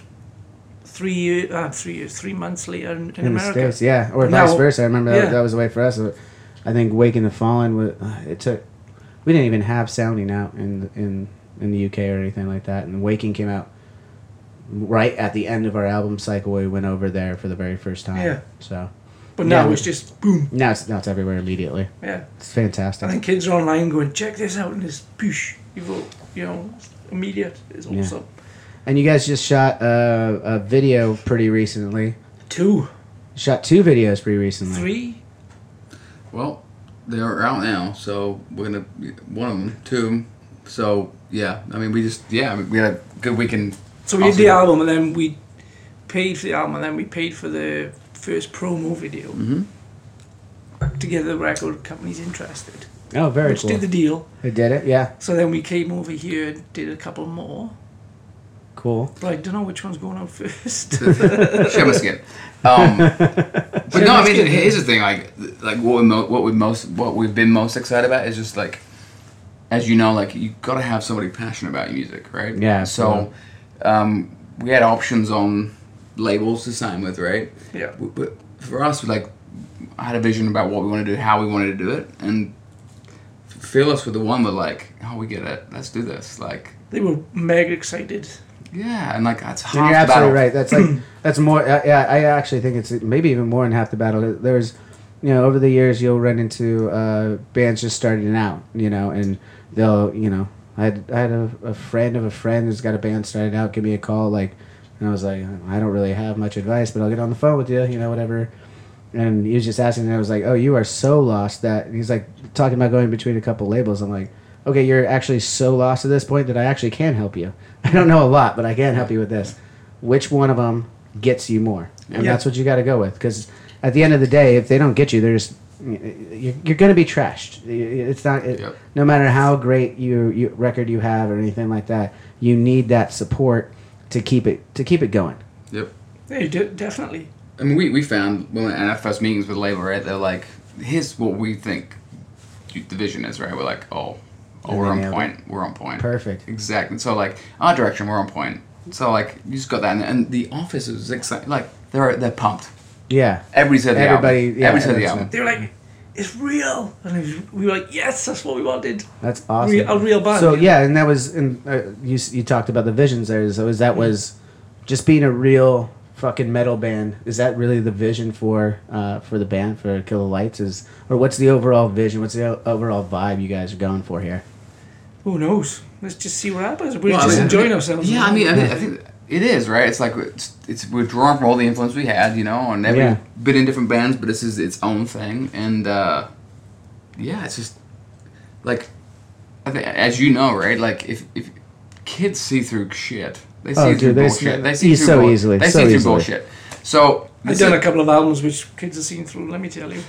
Speaker 3: three year, uh, three years, three months later in, in
Speaker 2: in
Speaker 3: America.
Speaker 2: the states, yeah, or
Speaker 3: Now-
Speaker 2: vice versa. I remember that,
Speaker 3: yeah.
Speaker 2: that was the way for us. Uh, I think "Wake in the Fallen" was uh, it took. We didn't even have sounding out in in in the UK or anything like that, and "Waking" came out right at the end of our album cycle. We went over there for the very first time.
Speaker 3: Yeah.
Speaker 2: So
Speaker 3: But now
Speaker 2: Yeah.
Speaker 3: it's just boom.
Speaker 2: now it's now it's everywhere immediately.
Speaker 3: Yeah.
Speaker 2: It's fantastic.
Speaker 3: And then kids are online going, check this out, and it's poosh. You vote, you know, it's immediate. It's
Speaker 2: Yeah.
Speaker 3: awesome.
Speaker 2: and you guys just shot a, a video pretty recently.
Speaker 3: Two,
Speaker 2: Shot two videos pretty recently.
Speaker 3: three.
Speaker 4: Well, they're out now, so we're gonna one of them, two. of 'em. So yeah, I mean, we just yeah, I mean, we had a good weekend.
Speaker 3: So we did
Speaker 4: Awesome.
Speaker 3: the album, and then we paid for the album, and then we paid for the first promo video
Speaker 2: Mm-hmm.
Speaker 3: to get the record companies interested,
Speaker 2: Oh, very
Speaker 3: which
Speaker 2: cool.
Speaker 3: did the deal.
Speaker 2: They did it. Yeah.
Speaker 3: So then we came over here, did a couple more,
Speaker 2: Cool.
Speaker 3: but I don't know which one's going out <laughs>
Speaker 2: <laughs>
Speaker 3: first.
Speaker 4: <laughs> Share my skin. Um, but no, I mean, here's the thing. Like, like what we mo- what we most what we've been most excited about is just like, as you know, like you gotta have somebody passionate about your music, right?
Speaker 2: Yeah,
Speaker 4: So, um, we had options on labels to sign with, right?
Speaker 3: yeah.
Speaker 4: W- But for us, like, I had a vision about what we wanted to do, how we wanted to do it, and fill us with the one that like, oh, we get it. Let's do this. Like,
Speaker 3: They were mega excited.
Speaker 4: yeah, and like that's half
Speaker 2: And you're
Speaker 4: the battle.
Speaker 2: absolutely right. That's like <clears throat> that's more. Uh, yeah, I actually think it's maybe even more than half the battle. There's, you know, over the years you'll run into uh, bands just starting out, you know, and they'll, you know, I had I had a, a friend of a friend who's got a band starting out. Give me a call, like, and I was like, I don't really have much advice, but I'll get on the phone with you, you know, whatever. And he was just asking, and I was like, "Oh, you are so lost that." And he's like talking about going between a couple labels. I'm like, "Okay, you're actually so lost at this point that I actually can help you. <laughs> I don't know a lot, but I can help you with this. Which one of them gets you more? And
Speaker 3: Yeah.
Speaker 2: that's what you got to go with. Because at the end of the day, if they don't get you, they're just you're, you're going to be trashed. It's not it,
Speaker 4: Yep.
Speaker 2: no matter how great you, you record you have or anything like that. You need that support to keep it to keep it going.
Speaker 4: Yep.
Speaker 3: Yeah, de- definitely.
Speaker 4: I mean, we, we found when we at our first meetings with labor, right? They're like, here's what we think you- the vision is, right? We're like, oh, oh,
Speaker 2: And
Speaker 4: we're
Speaker 2: they
Speaker 4: on
Speaker 2: nailed
Speaker 4: point. We're on point.
Speaker 2: Perfect.
Speaker 4: Exactly. So like our direction, we're on point. So like you just got that, and, and the office is excited. Like they're they're pumped.
Speaker 2: Yeah.
Speaker 4: Everybody's at the
Speaker 2: Everybody-
Speaker 4: album.
Speaker 2: yeah,
Speaker 4: Everybody's at the
Speaker 2: everyone's
Speaker 4: album.
Speaker 3: They were like, it's real. And it was, we were like, yes, that's what we wanted.
Speaker 2: That's awesome.
Speaker 3: Real- a real band,
Speaker 2: So
Speaker 3: yeah.
Speaker 2: yeah, and that was and uh, you s- you talked about the visions there. So is that was just being a real fucking metal band? Is that really the vision for uh, for the band for Kill the Lights? Is or what's the overall vision? What's the o- overall vibe you guys are going for here?
Speaker 3: Who knows? Let's just see what happens. We're
Speaker 4: Well, I
Speaker 3: just
Speaker 4: mean,
Speaker 3: enjoying ourselves.
Speaker 4: Yeah, I mean, I, think- I think it is right. It's like it's, it's we're drawn from all the influence we had, you know, and every
Speaker 2: Yeah.
Speaker 4: been in different bands, but this is its own thing, and uh, yeah, it's just like I think, as you know, right? Like if if kids see through shit, they see
Speaker 2: Oh, dude,
Speaker 4: through
Speaker 2: they see-
Speaker 4: bullshit. They see
Speaker 2: so
Speaker 4: through bull-
Speaker 2: easily,
Speaker 4: They
Speaker 2: so
Speaker 4: see through
Speaker 2: easily.
Speaker 4: bullshit. So
Speaker 3: I've done a couple of albums which kids have seen through, let me
Speaker 2: <laughs>
Speaker 3: tell you.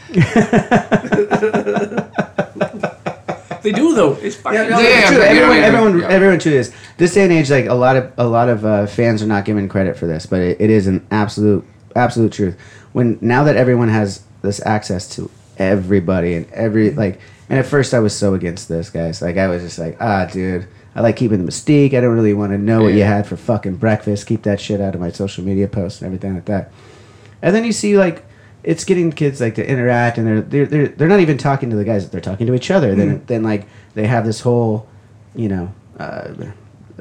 Speaker 3: they do, though. It's fucking
Speaker 4: no,
Speaker 2: It's
Speaker 4: yeah,
Speaker 2: true. everyone,
Speaker 4: yeah, yeah, yeah,
Speaker 2: everyone,
Speaker 4: yeah.
Speaker 2: everyone, true this. This day and age, like a lot of a lot of uh, fans are not given credit for this, but it, it is an absolute absolute truth. When now that everyone has this access to everybody and every
Speaker 4: Mm-hmm.
Speaker 2: like, and at first I was so against this, guys. Like I was just like, ah, dude, I like keeping the mystique. I don't really want to know what you
Speaker 4: Yeah.
Speaker 2: had for fucking breakfast. Keep that shit out of my social media posts and everything like that. And then you see like it's getting kids like to interact, and they're they're they're, they're not even talking to the guys; they're talking to each other.
Speaker 4: Mm.
Speaker 2: Then then like they have this whole, you know, uh,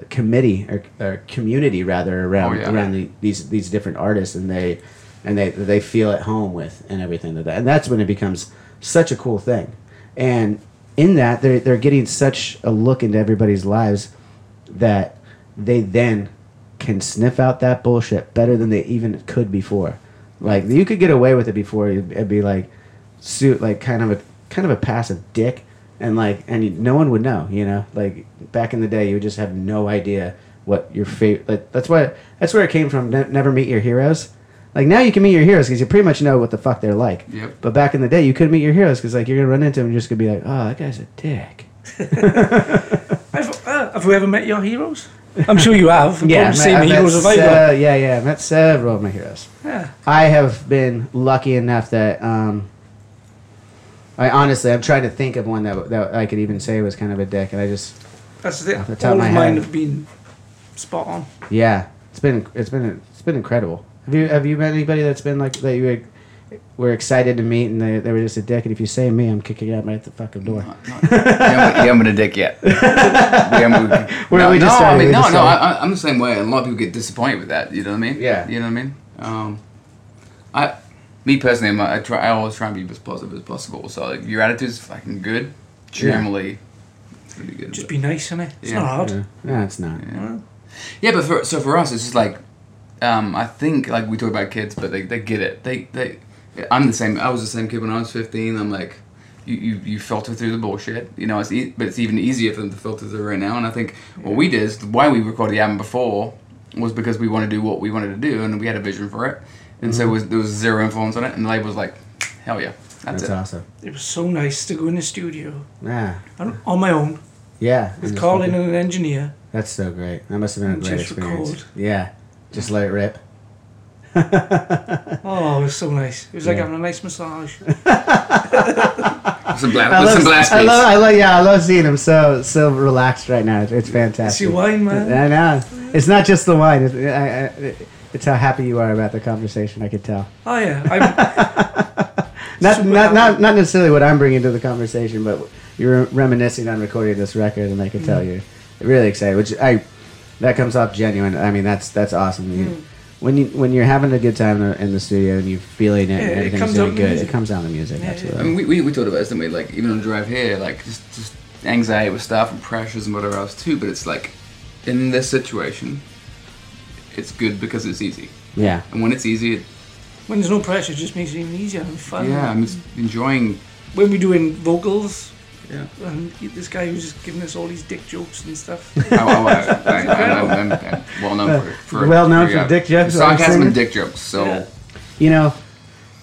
Speaker 2: committee or, or community rather around
Speaker 4: Oh, yeah.
Speaker 2: around the, these these different artists, and they and they they feel at home with and everything like that. And that's when it becomes such a cool thing. And in that they're they're getting such a look into everybody's lives that they then can sniff out that bullshit better than they even could before. Like you could get away with it before it'd it'd be like suit like kind of a kind of a passive dick and like and you, no one would know, you know? Like back in the day you would just have no idea what your favorite like that's why that's where it came from ne- never meet your heroes. Like now you can meet your heroes because you pretty much know what the fuck they're like.
Speaker 4: Yep.
Speaker 2: But back in the day you couldn't meet your heroes because like you're gonna run into them and you're just gonna be like, oh that guy's a dick.
Speaker 3: I've, uh, have you ever met your heroes? I'm sure you have.
Speaker 2: Yeah,
Speaker 3: Probably the same heroes have I got.
Speaker 2: se- yeah, yeah. I met several of my heroes.
Speaker 3: Yeah.
Speaker 2: I have been lucky enough that um, I honestly, I'm trying to think of one that that I could even say was kind of a dick, and I just
Speaker 3: That's the thing.
Speaker 2: Off the top
Speaker 3: All
Speaker 2: of
Speaker 3: of
Speaker 2: my
Speaker 3: mine
Speaker 2: head.
Speaker 3: have been spot on.
Speaker 2: yeah, it's been it's been it's been incredible. Have you have you met anybody that's been like that you were, were excited to meet and they, they were just a dick? And if you say me, I'm kicking you out right the fucking door.
Speaker 4: Not- not- you haven't you haven't been a
Speaker 2: <laughs>
Speaker 4: dick yet. We haven't-
Speaker 2: We're-
Speaker 4: no,
Speaker 2: we
Speaker 4: no,
Speaker 2: just
Speaker 4: I
Speaker 2: started,
Speaker 4: mean,
Speaker 2: we
Speaker 4: no,
Speaker 2: just
Speaker 4: no,
Speaker 2: started.
Speaker 4: I, I'm the same way, and a lot of people get disappointed with that. You know what I mean?
Speaker 2: Yeah.
Speaker 4: You know what I mean? Um, I, me personally, my, I try. I always try and be as positive as possible. So like, if your attitude's fucking good, generally, it's gonna be good.
Speaker 3: Just
Speaker 4: But-
Speaker 3: be nice, innit? It's
Speaker 4: Yeah.
Speaker 3: not hard.
Speaker 2: Yeah. No, it's not.
Speaker 4: yeah, but for so for us, it's just like, um, I think like we talk about kids, but they, they get it. They they, I'm the same. I was the same kid when I was 15. I'm like, you, you, you filter through the bullshit, you know. It's e- but it's even easier for them to filter through right now. And I think what we did is why we recorded the album before was because we wanted to do what we wanted to do, and we had a vision for it. And
Speaker 2: Mm-hmm.
Speaker 4: so it was, there was zero influence on it, and the label was like, hell yeah, that's,
Speaker 2: That's
Speaker 4: it.
Speaker 2: awesome.
Speaker 3: It was so nice to go in the studio
Speaker 2: Yeah,
Speaker 3: and on my own
Speaker 2: <laughs> yeah.
Speaker 3: with Colin and an engineer.
Speaker 2: That's so great. That must have been a
Speaker 3: And
Speaker 2: great
Speaker 3: just
Speaker 2: experience.
Speaker 3: record.
Speaker 2: Yeah, just let it rip.
Speaker 3: Oh, it was so nice. It was like having a nice massage.
Speaker 4: Some bla-
Speaker 2: I
Speaker 4: with
Speaker 2: love,
Speaker 4: some blast
Speaker 2: I
Speaker 4: beats.
Speaker 2: love, I love, yeah, I love seeing him so so relaxed right now. It's, it's fantastic.
Speaker 3: It's your wine, man.
Speaker 2: I know. It's not just the wine. It's, I, I, it- it's how happy you are about the conversation. I could tell.
Speaker 3: Oh yeah, I'm,
Speaker 2: Not
Speaker 3: Super
Speaker 2: not, not
Speaker 3: happy.
Speaker 2: not necessarily what I'm bringing to the conversation, but you're reminiscing on recording this record, and I could tell
Speaker 3: Mm.
Speaker 2: you're really excited. Which I that comes off genuine. I mean, that's that's awesome. You,
Speaker 3: Mm.
Speaker 2: When you when you're having a good time in the- in the studio and you're feeling it,
Speaker 3: Yeah,
Speaker 2: and
Speaker 3: it
Speaker 2: everything's
Speaker 3: comes out
Speaker 2: doing
Speaker 3: in the
Speaker 2: good, it
Speaker 3: music.
Speaker 2: comes out in the music.
Speaker 3: Yeah, yeah.
Speaker 2: absolutely.
Speaker 4: I mean, we, we, we talked about this, didn't we? Like, even on the drive here, like, just, just anxiety with stuff and pressures and whatever else, too. But it's like, in this situation, it's good because it's easy.
Speaker 2: Yeah.
Speaker 4: And when it's easy, it,
Speaker 3: when there's no pressure, it just makes it even easier and fun.
Speaker 4: yeah, I'm just enjoying.
Speaker 3: When we're doing vocals,
Speaker 4: Yeah.
Speaker 3: and this guy was just giving us all these dick jokes and stuff.
Speaker 4: I, am well known for, for
Speaker 2: Uh, Well known for dick jokes, I'm
Speaker 4: sarcasm
Speaker 2: assuming.
Speaker 4: and dick jokes. So
Speaker 3: Yeah.
Speaker 2: You know,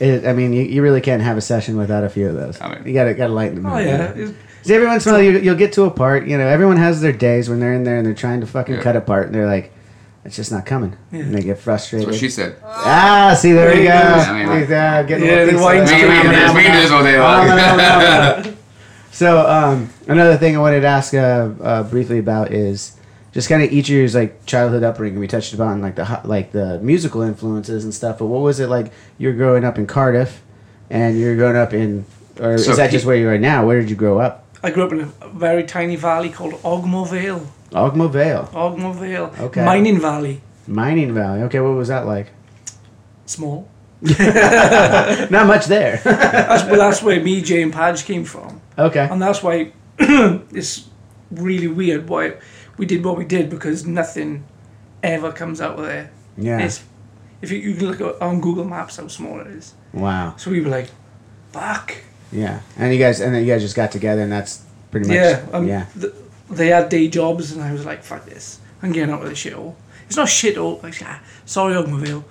Speaker 2: it, I mean, you, you really can't have a session without a few of those.
Speaker 4: I mean-
Speaker 2: you gotta gotta lighten them.
Speaker 3: Oh
Speaker 2: up, you
Speaker 3: yeah,
Speaker 2: know.
Speaker 3: it-
Speaker 2: 'Cause every once in a while you, you'll get to a part. You know, everyone has their days when they're in there and they're trying to fucking
Speaker 4: Yeah.
Speaker 2: cut a part, and they're like, "It's just not coming,"
Speaker 3: Yeah.
Speaker 2: and they get
Speaker 4: that's
Speaker 2: frustrated.
Speaker 4: what she said.
Speaker 2: ah, see, there
Speaker 3: There
Speaker 2: you
Speaker 3: you
Speaker 2: go.
Speaker 4: go. I mean,
Speaker 2: Like that, getting
Speaker 3: Yeah,
Speaker 2: all
Speaker 3: the
Speaker 2: things
Speaker 3: wine's
Speaker 4: We,
Speaker 2: set
Speaker 4: can-
Speaker 2: up.
Speaker 4: we can do this, we can do this all
Speaker 2: <laughs>
Speaker 4: day
Speaker 2: Oh,
Speaker 4: long.
Speaker 2: no, no, no, no. <laughs> so um, another thing I wanted to ask uh, uh, briefly about is just kind of each of your like childhood upbringing. We touched upon like the ho- like the musical influences and stuff. But what was it like? You're growing up in Cardiff, and you're growing up in, or
Speaker 4: So
Speaker 2: is that
Speaker 4: he-
Speaker 2: just where you are now? Where did you grow up?
Speaker 3: I grew up in a very tiny valley called Ogmo Vale.
Speaker 2: Ogmo Vale,
Speaker 3: Ogmo Vale,
Speaker 2: Okay.
Speaker 3: mining valley,
Speaker 2: Mining Valley. Okay, what was that like?
Speaker 3: small.
Speaker 2: Not much there. <laughs>
Speaker 3: That's, well, that's where me, Jay, and Padge came from.
Speaker 2: okay.
Speaker 3: and that's why <clears throat> it's really weird why we did what we did because nothing ever comes out of there.
Speaker 2: Yeah.
Speaker 3: It's, if you, you can look at, on Google Maps how small it is.
Speaker 2: Wow.
Speaker 3: So we were like, fuck.
Speaker 2: Yeah. And you guys, and then you guys just got together, and that's pretty much.
Speaker 3: yeah. Um,
Speaker 2: yeah.
Speaker 3: Th- they had day jobs, and I was like, fuck this. I'm getting out of this shithole. It's not shithole. Like, ah, sorry, <laughs> Ogmaville.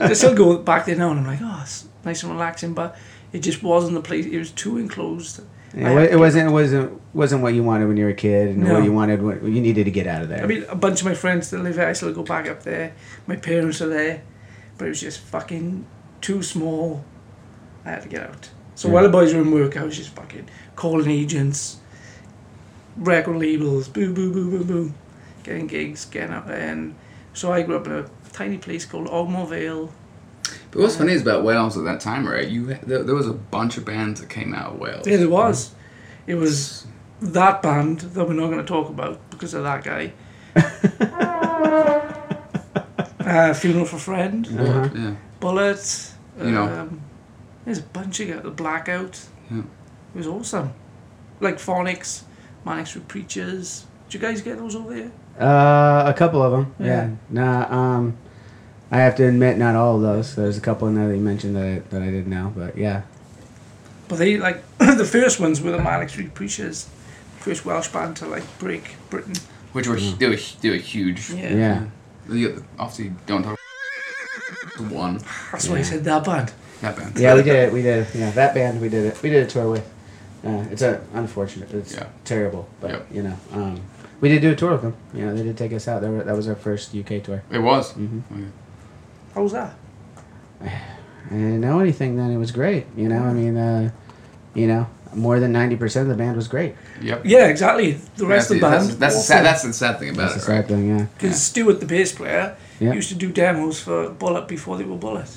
Speaker 3: I still go back there now, and I'm like, oh, it's nice and relaxing, but it just wasn't the place. It was too enclosed. I
Speaker 2: Yeah,
Speaker 3: had
Speaker 2: wa-
Speaker 3: to
Speaker 2: it
Speaker 3: get
Speaker 2: wasn't it wasn't wasn't what you wanted when you were a kid, and
Speaker 3: No.
Speaker 2: what you wanted when you needed to get out of there.
Speaker 3: I mean, a bunch of my friends that live here, I still go back up there. My parents are there, but it was just fucking too small. I had to get out. So while the boys were in work, I was just fucking calling agents, record labels, boo, boo, boo, boo, boo, getting gigs, getting out there. And so I grew up in a tiny place called Ogmore Vale.
Speaker 4: But what's funny is about Wales at that time, right? You there, there was a bunch of bands that came out of Wales.
Speaker 3: Yeah, there was. It was that band that we're not going to talk about because of that guy. uh, Funeral for Friend.
Speaker 2: Uh-huh.
Speaker 4: Yeah.
Speaker 3: Bullet.
Speaker 4: You know.
Speaker 3: Um, there's a bunch of the blackout.
Speaker 4: Yeah.
Speaker 3: It was awesome. Like Phonics, Manics with Preachers. Did you guys get those over there?
Speaker 2: uh, a couple of them. Yeah.
Speaker 3: Yeah.
Speaker 2: Nah. Um, I have to admit, not all of those. There's a couple in there that you mentioned that I, that I didn't know, but yeah.
Speaker 3: But they like <coughs> the first ones were the Manics with Preachers, first Welsh band to like break Britain.
Speaker 4: Which were
Speaker 2: Mm.
Speaker 4: hu- they were hu- they were huge.
Speaker 3: Yeah,
Speaker 2: Yeah.
Speaker 4: You got the- obviously don't talk about one
Speaker 3: that's why I said that band.
Speaker 4: that band.
Speaker 2: Yeah, we did it. We did it. Yeah, that band, we did it. We did a tour with. Uh, it's a, unfortunate. It's
Speaker 4: Yeah.
Speaker 2: terrible, but
Speaker 4: Yep.
Speaker 2: you know, um, we did do a tour with them. You know, they did take us out. That, were, that was our first UK tour.
Speaker 4: It was.
Speaker 3: Mm-hmm.
Speaker 4: Oh,
Speaker 3: How was that?
Speaker 2: I didn't know anything then. It was great. You know, I mean, uh, You know, more than ninety percent of the band was great.
Speaker 4: Yep.
Speaker 3: Yeah, exactly. The
Speaker 4: That's
Speaker 3: rest
Speaker 4: the,
Speaker 3: of the band.
Speaker 4: that's, that's, the sad, that's the sad thing about
Speaker 2: That's the
Speaker 4: it,
Speaker 2: sad
Speaker 4: right?
Speaker 2: thing, yeah.
Speaker 3: Because Stuart, the bass player,
Speaker 2: Yeah.
Speaker 3: used to do demos for Bullet before they were Bullet.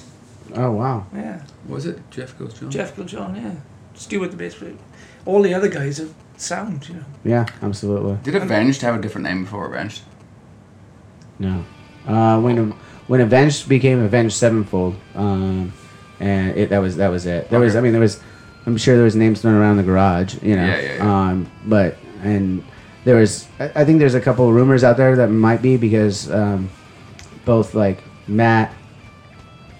Speaker 2: Oh wow.
Speaker 3: Yeah.
Speaker 4: Was it Jeff Goes Jones?
Speaker 3: Jeff John, yeah. Stuart, the bass player. All the other guys are sound, you know.
Speaker 2: Yeah, absolutely.
Speaker 4: Did Avenged have a different name before Avenged?
Speaker 2: No. Uh, when when Avenged became Avenged Sevenfold, um, and it, that was that was it. There was I mean there was I'm sure there was names thrown around the garage, you know.
Speaker 4: Yeah, yeah, yeah.
Speaker 2: Um, but and there was I, I think there's a couple of rumors out there that might be because um, both like Matt,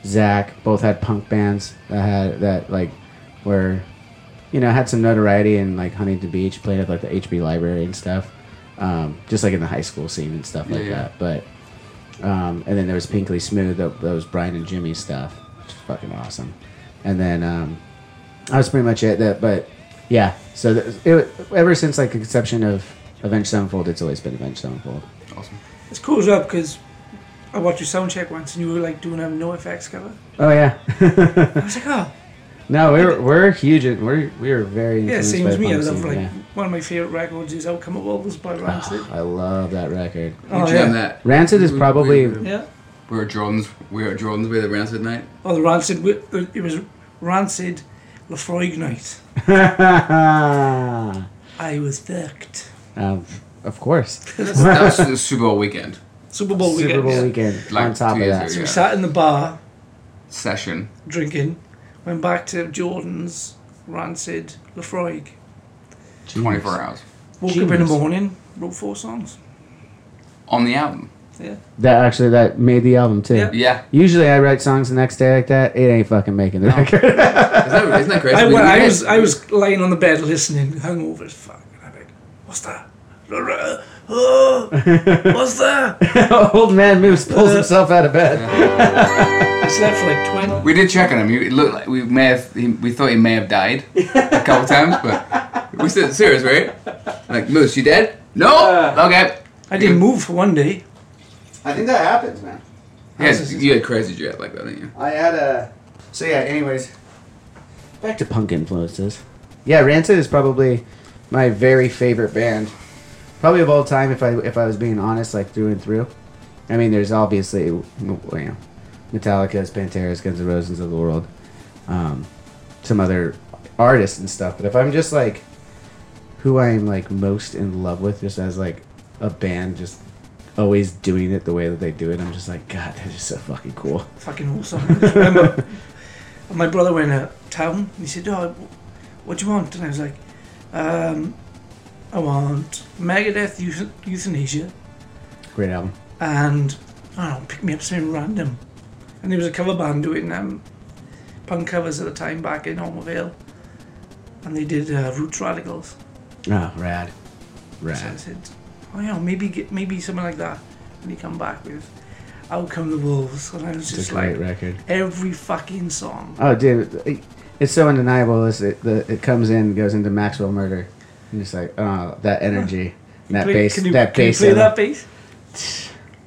Speaker 2: Zach, both had punk bands that had that like were you know, had some notoriety in like Huntington Beach, played at like the HB library and stuff, um, just like in the high school scene and stuff like
Speaker 4: Yeah, yeah.
Speaker 2: that. But um, and then there was Pinkly Smooth, that, that was Brian and Jimmy stuff, which is fucking awesome. And then um, that was pretty much it. That, but yeah, so th- it, ever since like the conception of Avenged Sevenfold, it's always been Avenged Sevenfold.
Speaker 4: Awesome.
Speaker 3: It's cool as well because I watched your sound check once and you were like doing a no effects cover.
Speaker 2: Oh yeah, <laughs>
Speaker 3: I was like, oh,
Speaker 2: no, we're we're huge. and We're we are very
Speaker 3: yeah,
Speaker 2: influenced
Speaker 3: same
Speaker 2: by
Speaker 3: as
Speaker 2: the
Speaker 3: me. I
Speaker 2: punk
Speaker 3: love
Speaker 2: scene,
Speaker 3: like
Speaker 2: yeah.
Speaker 3: one of my favorite records is Outcome of All This
Speaker 2: <sighs>
Speaker 3: by Rancid.
Speaker 2: I love that record.
Speaker 3: Oh,
Speaker 4: We
Speaker 3: yeah.
Speaker 4: jammed that.
Speaker 2: Rancid is
Speaker 4: We-
Speaker 2: probably-
Speaker 4: We, we,
Speaker 3: Yeah.
Speaker 4: we were at Jordan's. We were at Jordan's. We had the
Speaker 3: <laughs>
Speaker 4: Rancid night.
Speaker 3: Oh, the Rancid, wi- the- it was Rancid Lafroig night. I was fucked.
Speaker 2: <laughs> Um, of
Speaker 3: <laughs>
Speaker 2: course.
Speaker 4: that was the Super Bowl weekend
Speaker 3: Super Bowl
Speaker 2: Super
Speaker 3: weekend.
Speaker 2: Bowl
Speaker 3: yeah.
Speaker 2: weekend.
Speaker 4: Like
Speaker 2: on top
Speaker 4: two
Speaker 2: of
Speaker 4: years
Speaker 2: that,
Speaker 3: So we
Speaker 4: Yeah.
Speaker 3: sat in the bar
Speaker 4: session.
Speaker 3: drinking, went back to Jordan's Rancid Lafroig.
Speaker 4: Twenty-four hours
Speaker 3: Woke up in the
Speaker 2: Genius.
Speaker 3: morning, wrote four songs.
Speaker 4: on the album.
Speaker 3: Yeah.
Speaker 2: that actually that made the album too.
Speaker 3: Yeah.
Speaker 4: Yeah.
Speaker 2: Usually I write songs the next day like that. It ain't fucking making the record. <laughs>
Speaker 4: Isn't that, isn't that crazy?
Speaker 3: I,
Speaker 4: We-
Speaker 3: well,
Speaker 4: we
Speaker 3: I
Speaker 4: had-
Speaker 3: was I was lying on the bed listening, hungover as fuck. And I'm like, what's that? <laughs> Oh, what's that?
Speaker 2: Old man Moose
Speaker 3: Uh,
Speaker 2: pulls himself out of bed.
Speaker 3: I slept for like 20.
Speaker 4: We did check on him. He it looked like we may have. He, we thought he may have died a couple times, but we said serious, right? Like Moose, you dead? No. okay.
Speaker 3: I didn't move for one day.
Speaker 2: I think that happens, man.
Speaker 4: You had, you had crazy jet like that, didn't you?
Speaker 2: I had a. So yeah. Anyways, back to punk influences. Yeah, Rancid is probably my very favorite band, probably of all time. If I if I was being honest, like through and through. I mean, there's obviously you know, Metallica's, Pantera's, Guns N' Roses of the world, um, some other artists and stuff. But if I'm just like who I am like most in love with, just as like a band, just always doing it the way that they do it, I'm just like, God, that is so fucking cool.
Speaker 3: Fucking awesome. I just remember <laughs> my brother went out of town and he said, oh, wh- what do you want? And I was like, um, I want Megadeth Euth- Euthanasia
Speaker 2: Great album.
Speaker 3: and I don't know, pick me up something random. And there was a cover band doing um, punk covers at the time back in Ormondville. And they did uh, Roots Radicals.
Speaker 2: Oh, rad.
Speaker 3: So I
Speaker 2: Rad.
Speaker 3: said, oh yeah, maybe get, maybe something like that. And he come back with Out Come the Wolves. And I was
Speaker 2: It's
Speaker 3: just
Speaker 2: a great
Speaker 3: like,
Speaker 2: record.
Speaker 3: every fucking song.
Speaker 2: Oh, dude. it- It's so undeniable. It's, it, the, it comes in, goes into Maxwell Murder. And it's like, oh, that energy. and that
Speaker 3: Play-
Speaker 2: bass.
Speaker 3: can you,
Speaker 2: that
Speaker 3: can you
Speaker 2: bass.
Speaker 3: play
Speaker 2: solo.
Speaker 3: that bass?